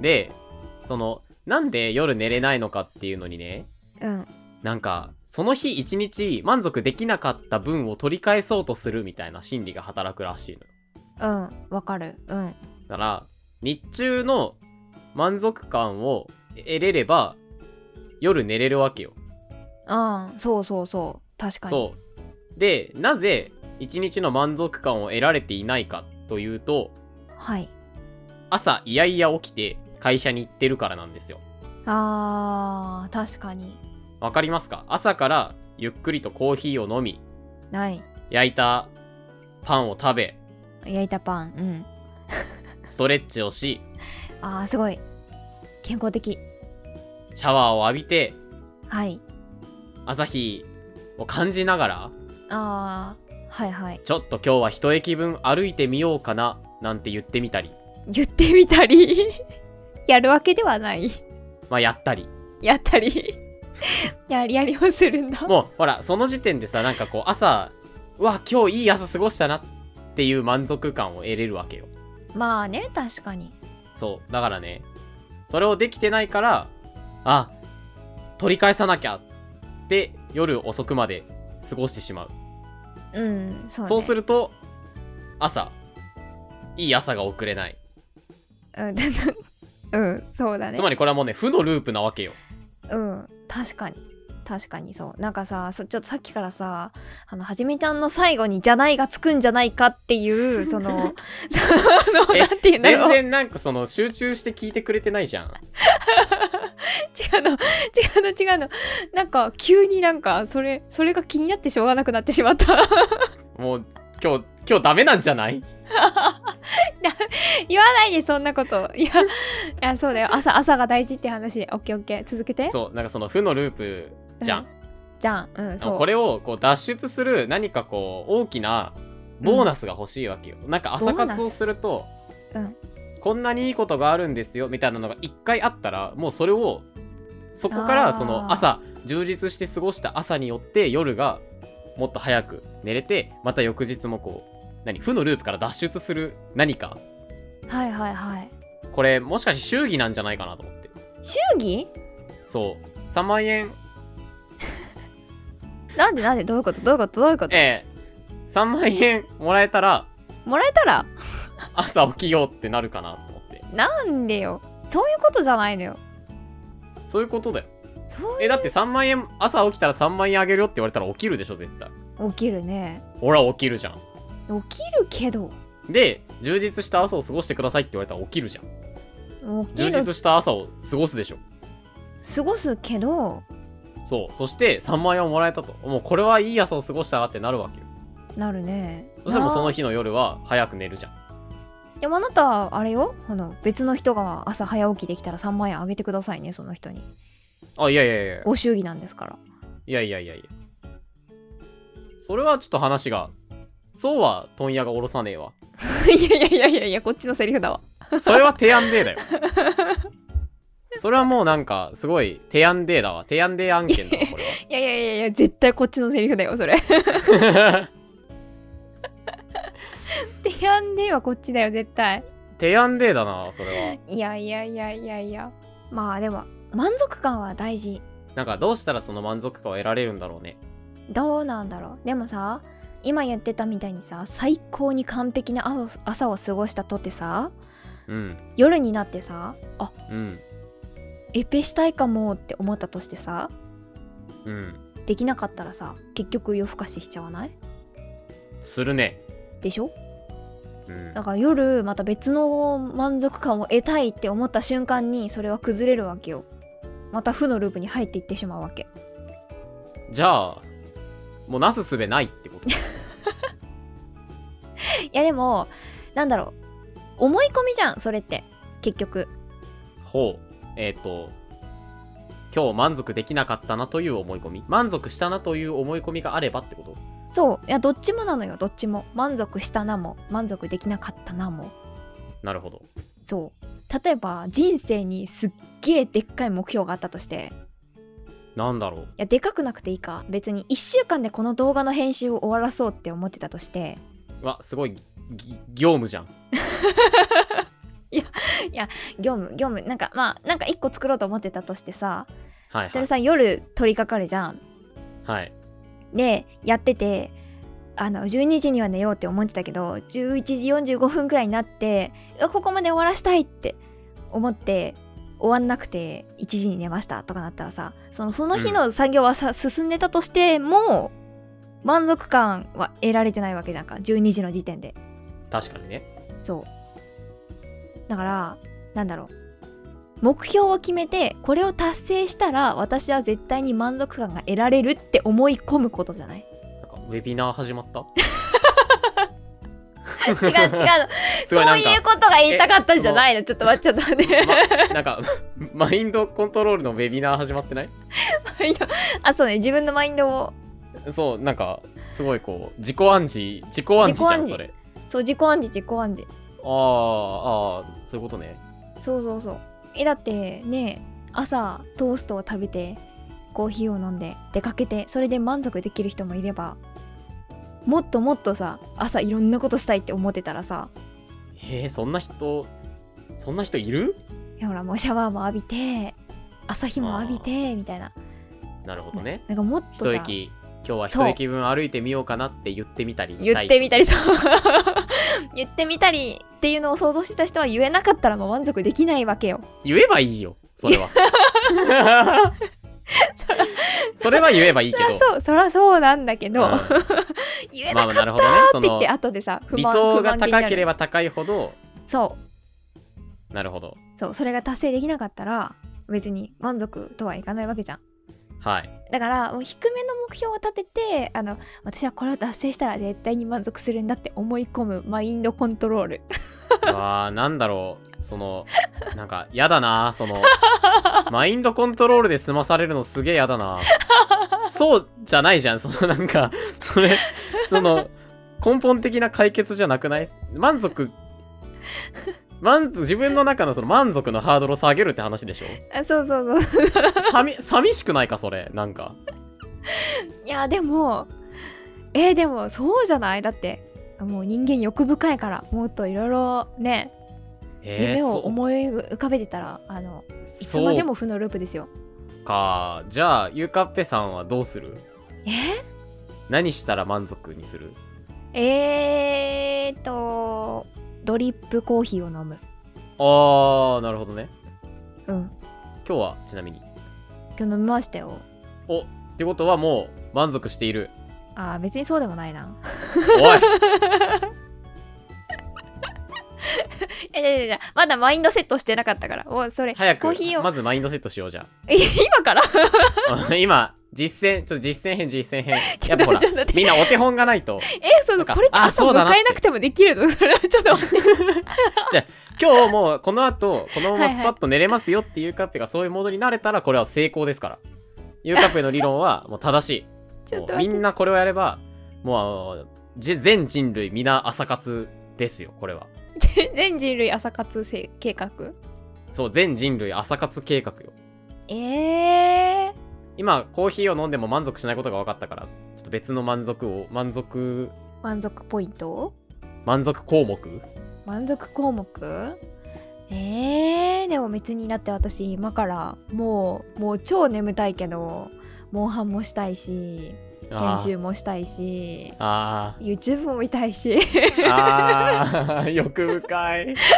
Speaker 1: でそのなんで夜寝れないのかっていうのにね
Speaker 2: うん
Speaker 1: なんかその日一日満足できなかった分を取り返そうとするみたいな心理が働くらしいの
Speaker 2: うん分かるうん
Speaker 1: だから日中の満足感を得れれば夜寝れるわけよ
Speaker 2: うんそうそうそう確かに
Speaker 1: そうでなぜ一日の満足感を得られていないかというと
Speaker 2: はい
Speaker 1: 朝いやいや起きて会社に行ってるからなんですよ
Speaker 2: あー確かに
Speaker 1: わかりますか朝からゆっくりとコーヒーを飲み
Speaker 2: ない
Speaker 1: 焼いたパンを食べ
Speaker 2: 焼いたパン
Speaker 1: ストレッチをし
Speaker 2: あーすごい健康的
Speaker 1: シャワーを浴びて
Speaker 2: はい
Speaker 1: 朝日を感じながら
Speaker 2: あーはいはい
Speaker 1: ちょっと今日は一駅分歩いてみようかななんて言ってみたり
Speaker 2: 言ってみたり やるわけではない
Speaker 1: まあやったり
Speaker 2: やったり やりやりをするんだ
Speaker 1: もうほらその時点でさなんかこう朝うわ今日いい朝過ごしたなっていう満足感を得れるわけよ
Speaker 2: まあね確かに
Speaker 1: そうだからねそれをできてないからあ取り返さなきゃって夜遅くまで過ごしてしまう
Speaker 2: うんそう,、ね、
Speaker 1: そうすると朝いい朝が遅れない
Speaker 2: うん うんそうだね
Speaker 1: つまりこれはもうね負のループなわけ よ
Speaker 2: うん確かに確かにそうなんかさそちょっとさっきからさあのはじめちゃんの最後に「じゃない」がつくんじゃないかっていう そのその
Speaker 1: え
Speaker 2: なんていうんだ
Speaker 1: 全
Speaker 2: ろう違う
Speaker 1: 然なんかその集中して聞いてくれてないじゃん
Speaker 2: の違 うの違うのなんか急になんかそれそれが気になってしょうがなくなってしまった
Speaker 1: もう今日今日ダメなんじゃない
Speaker 2: 言わないでそんなこといやいやそうだよ朝朝が大事って話オッケーオッケー続けて
Speaker 1: そうなんかその負のループじゃん、
Speaker 2: じゃんうんそう
Speaker 1: これをこう脱出する何かこう大きなボーナスが欲しいわけよ、なんか朝
Speaker 2: ボーナ
Speaker 1: 活
Speaker 2: ス
Speaker 1: をすると、
Speaker 2: うん
Speaker 1: こんなにいいことがあるんですよみたいなのが一回あったらもうそれをそこから
Speaker 2: あー
Speaker 1: その朝充実して過ごした朝によって夜がもっと早く寝れてまた翌日もこう何負のループから脱出する何か
Speaker 2: はいはいはい
Speaker 1: これもしかして祝儀なんじゃないかなと思って
Speaker 2: 祝儀
Speaker 1: そう3万円
Speaker 2: なんでなんでどういうことどういうことどういうこと
Speaker 1: ええ3万円もらえたら
Speaker 2: もらえたら
Speaker 1: 朝起きようってなるかなと思って
Speaker 2: なんでよそういうことじゃないのよ
Speaker 1: そういうことだよ
Speaker 2: そうい
Speaker 1: えだって3万円朝起きたら3万円あげるよって言われたら起きるでしょ絶対
Speaker 2: う起きるね
Speaker 1: ほら起きるじゃん
Speaker 2: 起きるけど
Speaker 1: で充実した朝を過ごしてくださいって言われたら起きるじゃん
Speaker 2: 起き
Speaker 1: 充
Speaker 2: る
Speaker 1: 実した朝を過ごすでしょ
Speaker 2: 過ごすけど
Speaker 1: そうそして3万円をもらえたともうこれはいい朝を過ごしたなってなるわけよ
Speaker 2: なるね
Speaker 1: そしたらもうその
Speaker 2: な
Speaker 1: 日の夜は早く寝るじゃん
Speaker 2: でもあなたはあれよあの別の人が朝早起きできたら3万円あげてくださいねその人に
Speaker 1: あいやいやいやいや
Speaker 2: ご祝儀なんですから
Speaker 1: いやいやいやいやそれはちょっと話がそうは問屋がおろさねえわ
Speaker 2: いやいやいやいやいやこっちのセリフだわ
Speaker 1: それは提案デーだよそれはもうなんかすごい提案デーだわ提案デー案件だわこれはい
Speaker 2: やいやいやいや絶対こっちのセリフだよそれ提案ではこっちだよ絶対
Speaker 1: 提案デーだなそれはい
Speaker 2: やいやいやいやいやまあでも満足感は大事
Speaker 1: なんかどうしたらその満足感を得られるんだろうね
Speaker 2: どうなんだろうでもさ今言ってたみたいにさ最高に完璧な朝朝を過ごしたとってさ
Speaker 1: うん
Speaker 2: 夜になってさあ
Speaker 1: うん
Speaker 2: エペしたいかもって思ったとしてさ
Speaker 1: うん
Speaker 2: できなかったらさ結局夜更かししちゃわない
Speaker 1: するね
Speaker 2: でしょ
Speaker 1: うん
Speaker 2: だから夜また別の満足感を得たいって思った瞬間にそれは崩れるわけよまた負のループに入っていってしまうわけ
Speaker 1: じゃあもうなすすべないってこと
Speaker 2: いやでもなんだろう思い込みじゃんそれって結局
Speaker 1: ほうえっ、と今日満足できなかったなという思い込み満足したなという思い込みがあればってこと
Speaker 2: そういやどっちもなのよどっちも満足したなも満足できなかったなも
Speaker 1: なるほど
Speaker 2: そう例えば人生にすっげえでっかい目標があったとして
Speaker 1: なんだろう
Speaker 2: いやでかくなくていいか別に1週間でこの動画の編集を終わらそうって思ってたとして
Speaker 1: うわすごいぎぎ業務じゃん
Speaker 2: 業務業務なんかまあなんか1個作ろうと思ってたとしてさ
Speaker 1: はい
Speaker 2: そ
Speaker 1: は
Speaker 2: れ
Speaker 1: い、
Speaker 2: さ夜取り掛かるじゃん
Speaker 1: はい、
Speaker 2: でやっててあの12時には寝ようって思ってたけど11時45分くらいになってうわここまで終わらしたいって思って終わんなくて1時に寝ましたとかなったらさそのその日の作業はさ、進んでたとしても満足感は得られてないわけじゃんか12時の時点で
Speaker 1: 確かにね
Speaker 2: そうだからなんだろう目標を決めてこれを達成したら私は絶対に満足感が得られる って思い込むことじゃない
Speaker 1: なんかウェビナー始まった
Speaker 2: 違う違うの
Speaker 1: すごい
Speaker 2: そ
Speaker 1: な
Speaker 2: うんいう
Speaker 1: か、
Speaker 2: ことが言いたかったんじゃないのちょっと待ってちょっと待って
Speaker 1: ま、なんか、 マインドコントロールのウェビナー始まってない
Speaker 2: マインドあそうね自分のマインドを
Speaker 1: そう、なんか、すごいこう、自己暗示、自己暗示じゃん、
Speaker 2: 自己暗示
Speaker 1: それ。
Speaker 2: そう自己暗示自己暗示
Speaker 1: ああ、ああ、そういうことね。
Speaker 2: そうそうそうえだってね朝トーストを食べてコーヒーを飲んで出かけてそれで満足できる人もいればもっともっとさ朝いろんなことしたいって思ってたらさ
Speaker 1: へえ、そんな人、そんな人いる
Speaker 2: いやほらもうシャワーも浴びて朝日も浴びてみたいな
Speaker 1: なるほどね。
Speaker 2: なんかもっ
Speaker 1: 一
Speaker 2: とさ
Speaker 1: 駅、今日は
Speaker 2: そう
Speaker 1: 一駅分歩いてみようかなって言ってみたりしたい。
Speaker 2: 言ってみたりそう 言ってみたりっていうのを想像してた人は言えなかったらもう満足できないわけよ
Speaker 1: 言えばいいよ、そ れは。 それは言えばいいけ
Speaker 2: そ
Speaker 1: ど。
Speaker 2: りゃそうそりゃそうなんだけど、
Speaker 1: うん
Speaker 2: 言え
Speaker 1: まあ、
Speaker 2: なかっ
Speaker 1: な
Speaker 2: た
Speaker 1: るほどね。そ
Speaker 2: って言っ
Speaker 1: の
Speaker 2: て後でさ不
Speaker 1: 理
Speaker 2: 満
Speaker 1: 想
Speaker 2: 不
Speaker 1: が
Speaker 2: 満気にな
Speaker 1: 高
Speaker 2: る
Speaker 1: ければ高いほど、
Speaker 2: そう
Speaker 1: なるほど。
Speaker 2: そうそれが達成できなかったら別に満足とはいかないわけじゃん
Speaker 1: はい。
Speaker 2: だからもう低めの目標を立ててあの私はこれを達成したら絶対に満足するんだって思い込むマインドコントロール
Speaker 1: ああ、なんだろう。その、なんか、やだな、そ の、マインドコントロールで済まされるのすげえやだな。そうじゃないじゃん、そのなんか、それ、その、根本的な解決じゃなくない満足、満足、自分の中のその満足のハードルを下げるって話でしょ
Speaker 2: あそうそうそう
Speaker 1: 寂寂しくないか、それ、なんか。
Speaker 2: いやでもえーでもそうじゃないだってもう人間欲深いからもっといろいろね
Speaker 1: えー、
Speaker 2: 夢を
Speaker 1: そ
Speaker 2: 思い浮かべてたら、あのいつ
Speaker 1: そ
Speaker 2: まで
Speaker 1: う
Speaker 2: も負のループですよ
Speaker 1: か。じゃあ、ゆかっぺさんはどうする
Speaker 2: えー
Speaker 1: 何したら満足にする
Speaker 2: えーっとドリップコーヒーを飲む
Speaker 1: ああなるほどね
Speaker 2: うん
Speaker 1: 今日はちなみに
Speaker 2: 今日飲みましたよ
Speaker 1: おってことはもう満足してい る
Speaker 2: あー別にそうでもないな
Speaker 1: おい
Speaker 2: いやいやいやまだマインドセットしてなかったからもうそれ
Speaker 1: 早
Speaker 2: コーヒー
Speaker 1: く
Speaker 2: を
Speaker 1: まずマインドセットしようじゃ
Speaker 2: 今から ちょ
Speaker 1: ん 今実践ちょっと実践編実践編や
Speaker 2: っ
Speaker 1: っぱ
Speaker 2: と
Speaker 1: ほら
Speaker 2: ちょっと待って
Speaker 1: みんなお手本がない と
Speaker 2: えそ
Speaker 1: な
Speaker 2: うそ
Speaker 1: ん
Speaker 2: う
Speaker 1: か
Speaker 2: これって
Speaker 1: あ
Speaker 2: 朝
Speaker 1: そうだなっ
Speaker 2: 迎
Speaker 1: て
Speaker 2: えなくてもできるのそれはちょっと待って
Speaker 1: 今日もうこの後このまま
Speaker 2: はいはい
Speaker 1: スパッと寝れますよっていうカッペがそういうモードになれたらこれは成功ですからゆうカッペの理論 はもう正しい
Speaker 2: ちょ
Speaker 1: も
Speaker 2: っと
Speaker 1: う
Speaker 2: 待
Speaker 1: み
Speaker 2: って
Speaker 1: んなこれをやればもうあのじ全人類皆朝活ですよこれは
Speaker 2: 全人類朝活せ計画
Speaker 1: そう全人類朝活計画よ
Speaker 2: えー、
Speaker 1: 今コーヒーを飲んでも満足しないことが分かったからちょっと別の満足を満足
Speaker 2: 満足ポイント
Speaker 1: 満足項目
Speaker 2: 満足項目えー、でも別にだって私今からもうもう超眠たいけどモンハンもしたいし
Speaker 1: あ
Speaker 2: 編
Speaker 1: ー
Speaker 2: 集もしたいし
Speaker 1: あ
Speaker 2: YouTube も見たいし
Speaker 1: ーあー 欲深い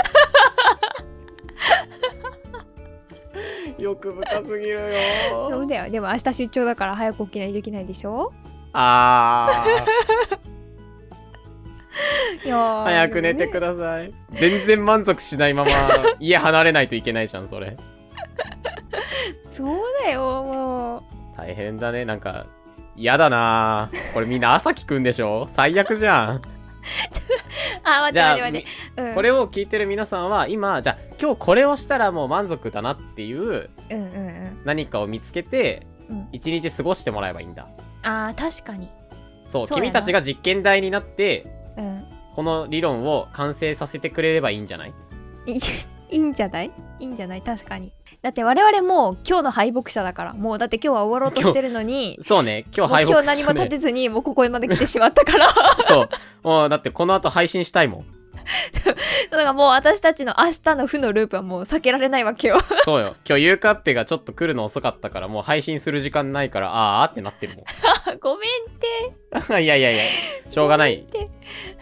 Speaker 1: 欲深すぎる
Speaker 2: そう
Speaker 1: よ
Speaker 2: だよでも明日出張だから早く起きないといけないでしょ
Speaker 1: あ
Speaker 2: いやー
Speaker 1: あ早く寝てください全然満足しないま ま家離れないといけないじゃんそれ
Speaker 2: そうだよもう
Speaker 1: 大変だねなんか嫌だなこれみんな朝聞くんでしょ最悪じゃん
Speaker 2: あ待っ
Speaker 1: じ
Speaker 2: て
Speaker 1: ゃ
Speaker 2: 待っ
Speaker 1: あ
Speaker 2: て待って、うん、
Speaker 1: これを聞いてる皆さんは今じゃあ今日これをしたらもう満足だなっていう
Speaker 2: うんうんうん
Speaker 1: 何かを見つけて
Speaker 2: うん
Speaker 1: 一日過ごしてもらえばいいんだ
Speaker 2: あー確かに
Speaker 1: そう
Speaker 2: そうやな
Speaker 1: 君たちが実験台になって
Speaker 2: うん
Speaker 1: この理論を完成させてくれればいいんじゃない
Speaker 2: い いいんじゃないいいんじゃない確かにだって我々もう今日の敗北者だからもうだって今日は終わろうとしてるのに
Speaker 1: そう ね 今日
Speaker 2: 目
Speaker 1: 敗
Speaker 2: 標
Speaker 1: 北
Speaker 2: 何も立て
Speaker 1: ね、
Speaker 2: ずにもうここまで来てしまったから だ
Speaker 1: そうもうだってこの後配信したいもん
Speaker 2: からもう私たちの明日の負のループはもう避けられないわけよ
Speaker 1: そうよ今日ゆうかっぺがちょっと来るの遅かったからもう配信する時間ないからあーあーってなってるも
Speaker 2: ごめんって
Speaker 1: ん いやいやいやしょうがない
Speaker 2: ごめんって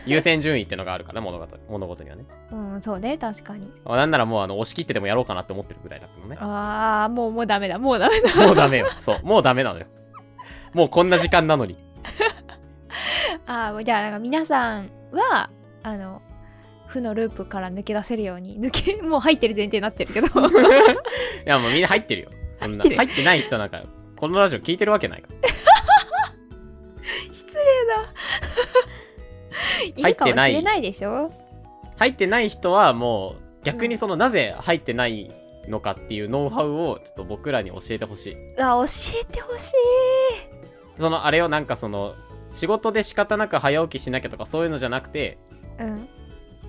Speaker 1: 優先順位ってのがあるから物事物事にはね
Speaker 2: うんそうね確かに
Speaker 1: あなんならもうあの押し切ってでもやろうかなって思ってるぐらいだけどね
Speaker 2: あーもうもうダメだもうダメだ
Speaker 1: もうダメよ。そう、もうダメなのよ。もうこんな時間なのに。
Speaker 2: あーもうじゃあなんか皆さんはあの負のループから抜け出せるように抜けもう入ってる前提になって るけど
Speaker 1: いや、もうみんな入ってるよ。そんな
Speaker 2: 入ってる
Speaker 1: 入ってない人なんか、このラジオ聞いてるわけないから。
Speaker 2: 失礼だ い
Speaker 1: 入っ
Speaker 2: るか
Speaker 1: て
Speaker 2: も
Speaker 1: ない
Speaker 2: しれないでしょ
Speaker 1: 入ってない人はもう逆にそのなぜ入ってないのかっていうノウハウをちょっと僕らに教えてほしい
Speaker 2: あ教えてほしい
Speaker 1: そのあれをなんかその仕事で仕方なく早起きしなきゃとかそういうのじゃなくて
Speaker 2: うん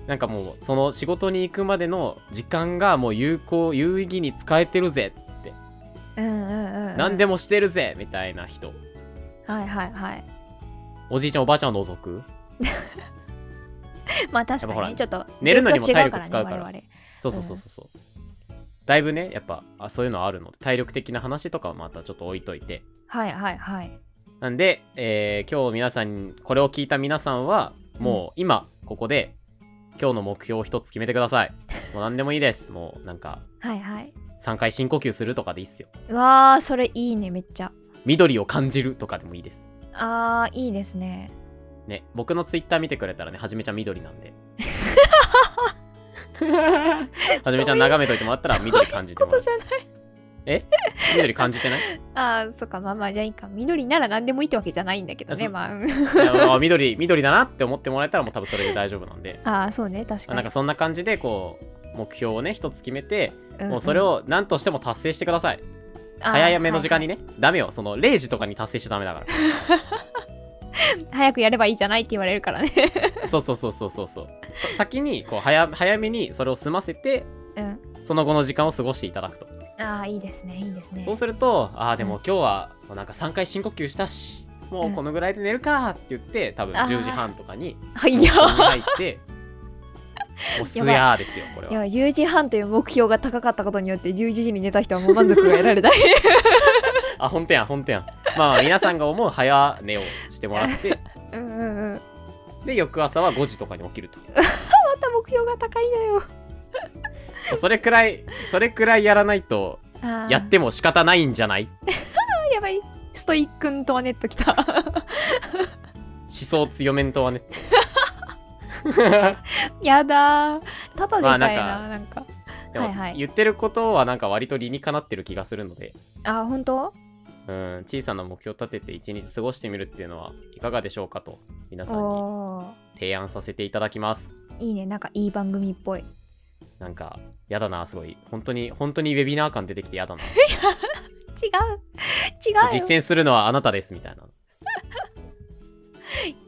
Speaker 1: なんかもうその仕事に行くまでの時間がもう有効有意義に使えてるぜって
Speaker 2: うんうんうん
Speaker 1: 何で
Speaker 2: も
Speaker 1: もしてるぜみたいな人
Speaker 2: はいはいはい
Speaker 1: おじいちゃんおばあちゃんを除く
Speaker 2: まあ確
Speaker 1: やっぱほ
Speaker 2: かに
Speaker 1: ら
Speaker 2: ねちょっと
Speaker 1: 寝るのにも
Speaker 2: 状況違
Speaker 1: 体力使うから
Speaker 2: ね我々
Speaker 1: そうそうそうそうそうだいぶねやっぱあそういうのはあるので体力的な話とかはまたちょっと置いといて
Speaker 2: はいはいはい
Speaker 1: なんで、えー今日皆さんこれを聞いた皆さんはもう今ここで今日の目標を一つ決めてくださいもう何でもいいですもうなんか
Speaker 2: はいはい
Speaker 1: 3回深呼吸するとかでいいっすよ
Speaker 2: うわーそれいいねめっちゃ
Speaker 1: 緑を感じるとかでもいいです
Speaker 2: あーいいですね
Speaker 1: ね僕のツイッター見てくれたらねはじめちゃん緑なん ではじめちゃん眺めといてもらったら緑感じて
Speaker 2: こ
Speaker 1: もら
Speaker 2: と
Speaker 1: う
Speaker 2: じゃない
Speaker 1: 緑感じてない
Speaker 2: あーそっかまあまあじゃあいいか緑なら何でもいいってわけじゃないんだけど
Speaker 1: あ
Speaker 2: ね
Speaker 1: そ
Speaker 2: まあうん
Speaker 1: いやあ緑緑だなって思ってもらえたらもう多分それで大丈夫なんで
Speaker 2: あーそうね確か
Speaker 1: あ
Speaker 2: に
Speaker 1: なんかそんな感じでこう目標をね一つ決めて
Speaker 2: んん
Speaker 1: もうそれを何としても達成してください、
Speaker 2: あー
Speaker 1: 早めの時間
Speaker 2: は
Speaker 1: に
Speaker 2: い
Speaker 1: ね、ダメよその0時とかに達成しちゃダメだ か
Speaker 2: 早くやればいいじゃないって言われるからね
Speaker 1: らそうそうそうそうそうそうさ先にこう早早めにそれを済ませて
Speaker 2: うん
Speaker 1: その後の時間を過ごしていただくと
Speaker 2: ああいいですねいいですね
Speaker 1: そうするとああでも今日はもうなんか3回深呼吸したしもうこのぐらいで寝るかって言って多分
Speaker 2: あー
Speaker 1: 10時半とかに
Speaker 2: はい や
Speaker 1: 布団に入っておすやーですよこれ
Speaker 2: い
Speaker 1: は
Speaker 2: や10時半という目標が高かったことによって11時に寝た人はもう満足が得られない
Speaker 1: あ本当やん本当やんまあ皆さんが思う早寝をしてもら って
Speaker 2: うんうんうん
Speaker 1: で翌朝は5時とかに起きると
Speaker 2: また目標が高いのよ
Speaker 1: それくらいそれくらいやらないと
Speaker 2: あー
Speaker 1: やっても仕方ないんじゃない
Speaker 2: やばいストイックントワネットきた
Speaker 1: 思想強めんとはね
Speaker 2: やだーただでさえな,、
Speaker 1: まあ
Speaker 2: なんか
Speaker 1: でも
Speaker 2: はいはい
Speaker 1: 言ってることはなんか割と理にかなってる気がするので
Speaker 2: あー本当
Speaker 1: うん小さな目標を立てて一日過ごしてみるっていうのはいかがでしょうかと皆さんに
Speaker 2: おー
Speaker 1: 提案させていただきます
Speaker 2: いいねなんかいい番組っぽい
Speaker 1: なんかやだなすごい本当に本当にウェビナー感出てきてやだな
Speaker 2: 違う違う
Speaker 1: 実
Speaker 2: よ
Speaker 1: 践するのはあなたですみたいな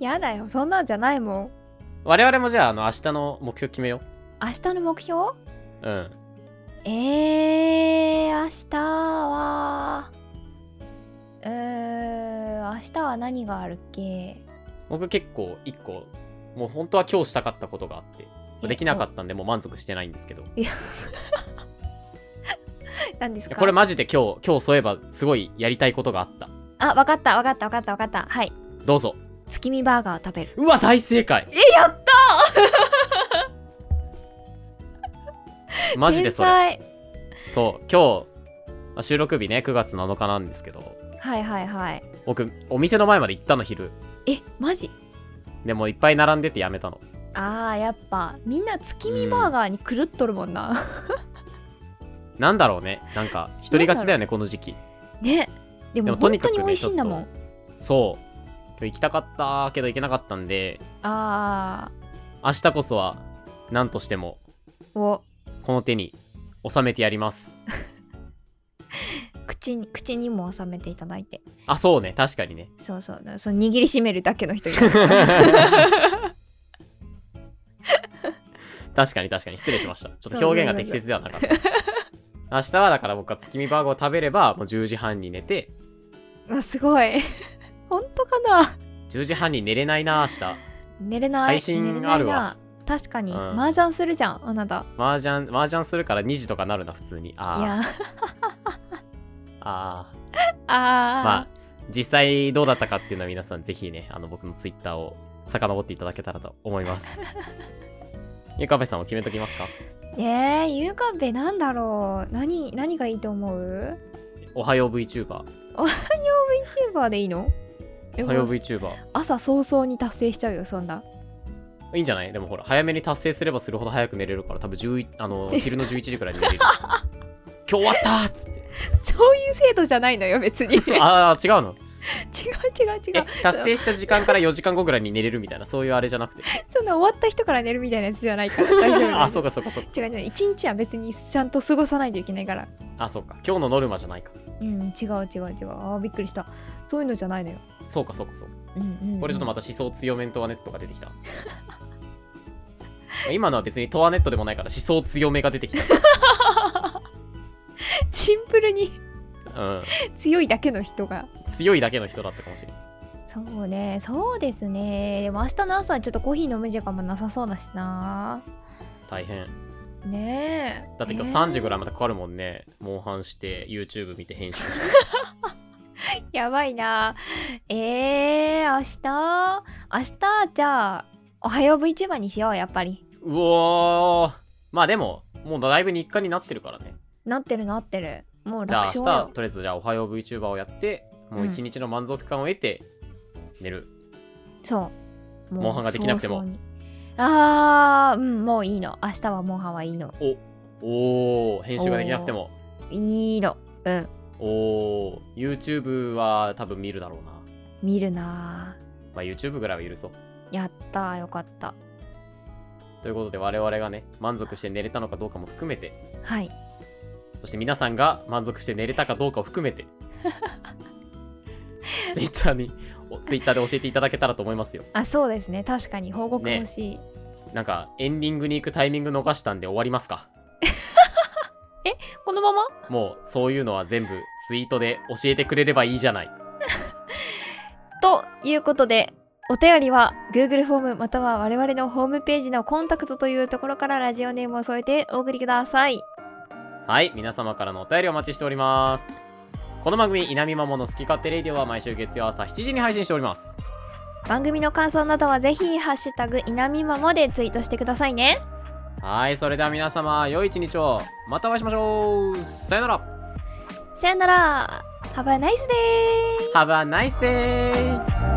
Speaker 2: やだよそんなんじゃないもん
Speaker 1: 我々もじゃああの明日の目標決めよ
Speaker 2: 明日の目標
Speaker 1: ううん
Speaker 2: えー、明日はうーん明日は何があるっけ
Speaker 1: 僕結構一個もう本当は今日したかったことがあって
Speaker 2: え
Speaker 1: できなかったんでもう満足してないんですけど
Speaker 2: 何ですか
Speaker 1: これマジで今日今日そういえばすごいやりたいことがあった
Speaker 2: あわかったわかったわかったわかったはい
Speaker 1: どうぞ
Speaker 2: 月見バーガーを食べる
Speaker 1: うわ大正解
Speaker 2: えやった
Speaker 1: マジでそれ
Speaker 2: 天才
Speaker 1: そう今日まあ収録日ね9月7日なんですけど
Speaker 2: はいはいはい
Speaker 1: 僕お店の前まで行ったの昼
Speaker 2: えマジ
Speaker 1: でもういっぱい並んでてやめたの
Speaker 2: あーやっぱみんな月見バーガーに狂っとるもん な、
Speaker 1: なんだろうねなんか独り勝ちだよねこの時期
Speaker 2: ねで
Speaker 1: で
Speaker 2: も
Speaker 1: もと
Speaker 2: 本
Speaker 1: に
Speaker 2: 当
Speaker 1: かく
Speaker 2: に美
Speaker 1: ね
Speaker 2: 味
Speaker 1: ち
Speaker 2: し
Speaker 1: ょ
Speaker 2: い
Speaker 1: っ
Speaker 2: んだもん
Speaker 1: とそう今日行きたかったけど行けなかったんで
Speaker 2: あ
Speaker 1: 明日こそは何としても
Speaker 2: ーを
Speaker 1: この手に収めてやります
Speaker 2: 口に口にも収めていただいて
Speaker 1: あそうね確かにね
Speaker 2: そうそうその握りしめるだけの 人いる
Speaker 1: 確かに確かに失礼しま したちょっと表現が適切ではなかった 明日はだから僕は月見バーガーを食べればもう10時半に寝て
Speaker 2: わすごい本当かな
Speaker 1: 10時半に寝れないな明日
Speaker 2: 寝れない
Speaker 1: 配信
Speaker 2: 寝れない
Speaker 1: あるわ
Speaker 2: 確かに、
Speaker 1: うん
Speaker 2: 麻雀するじゃんあなた
Speaker 1: 麻雀麻雀するから2時とかなるな普通に
Speaker 2: い
Speaker 1: あー
Speaker 2: や
Speaker 1: あーまあ
Speaker 2: あ
Speaker 1: 実際どうだったかっていうのは皆さんぜひねあの僕のツイッターを遡っていただけたらと思います ゆかべさんも決めときますか
Speaker 2: ー、ねえゆうかんべなんだろう何何がいいと思う
Speaker 1: おはよう VTuber
Speaker 2: ?YouTuber でいいのえ
Speaker 1: おはよう
Speaker 2: もう
Speaker 1: VTuber
Speaker 2: 朝早々に達成しちゃうよそん ない
Speaker 1: いんじゃないでもほら早めに達成すればするほど早く寝れるから多分11あの昼の11時くらいに寝れる 今日終わったーっつって
Speaker 2: そういう制度じゃないのよ別に
Speaker 1: ああ違うの
Speaker 2: 違う違う違
Speaker 1: え
Speaker 2: う
Speaker 1: 達成した時間から4時間後ぐらいに寝れるみたいなそういうあれじゃなくて
Speaker 2: そんな終わった人から寝るみたいなやつじゃない から大丈夫
Speaker 1: あそうかそうかそうか
Speaker 2: 違う違う一日は別にちゃんと過ごさないといけないから
Speaker 1: あそうか今日のノルマじゃないか
Speaker 2: うん違う違う違うあーびっくりしたそういうのじゃないのよ
Speaker 1: そうかそうかそうか
Speaker 2: うんうん、うん、
Speaker 1: これちょっとまた思想強めんとワネットが出てきた今のは別にトワネットでもないから思想強めが出てき
Speaker 2: シンプル に
Speaker 1: た、うん、
Speaker 2: 強いだけの人が
Speaker 1: 強いだけの人だったかもしれない
Speaker 2: そうねそうですねでも明日の朝はちょっとコーヒー飲む時間もなさそうだしな
Speaker 1: 大変
Speaker 2: ねえ
Speaker 1: だって今日
Speaker 2: ねえ
Speaker 1: 3時ぐらいまでかかるもんね、モンハンして YouTube 見て編集して
Speaker 2: やばいなえー、明日明日じゃあおはよう VTuber にしようやっぱり
Speaker 1: うおーまあでももうだいぶ日課になってるからね
Speaker 2: なってるなってるもう
Speaker 1: じゃ
Speaker 2: 楽
Speaker 1: あ明
Speaker 2: 勝
Speaker 1: 日
Speaker 2: よ
Speaker 1: とりあえずじゃあおはよう VTuber をやってもう一日の満足感を得て寝る、
Speaker 2: そう
Speaker 1: モンハンができなくても
Speaker 2: 早々にあーうんもういいの明日はモンハンはいいの
Speaker 1: おお編集ができなくても
Speaker 2: いいのうん
Speaker 1: おおー YouTube は多分見るだろうな
Speaker 2: 見るな
Speaker 1: まあ YouTube ぐらいは許そう
Speaker 2: やったーよかった
Speaker 1: ということで我々がね満足して寝れたのかどうかも含めて
Speaker 2: はい
Speaker 1: そして皆さんが満足して寝れたかどうかを含め て Twitter に Twitter で教えていただけたらと思いますよ
Speaker 2: あそうですね確かに報告
Speaker 1: ね
Speaker 2: 欲しい、
Speaker 1: なんかエンディングに行くタイミング逃したんで終わりますか
Speaker 2: このまま
Speaker 1: もうそういうのは全部ツイートで教えてくれればいいじゃない
Speaker 2: ということでお便りは Google フォームまたは我々のホームページのコンタクトというところからラジオネームを添えてお送りください
Speaker 1: はい、皆様からのお便りお待ちしております。この番組、稲見まもの好き勝手レイディオは毎週月曜朝7時に配信しております。
Speaker 2: 番組の感想などはぜひ「ハッシュタグいなみまま」でツイートしてくださいね
Speaker 1: はい、それでは皆様、良い一日を。またお会いしましょう。さよなら。
Speaker 2: さよなら Have a nice day!
Speaker 1: Have a nice day!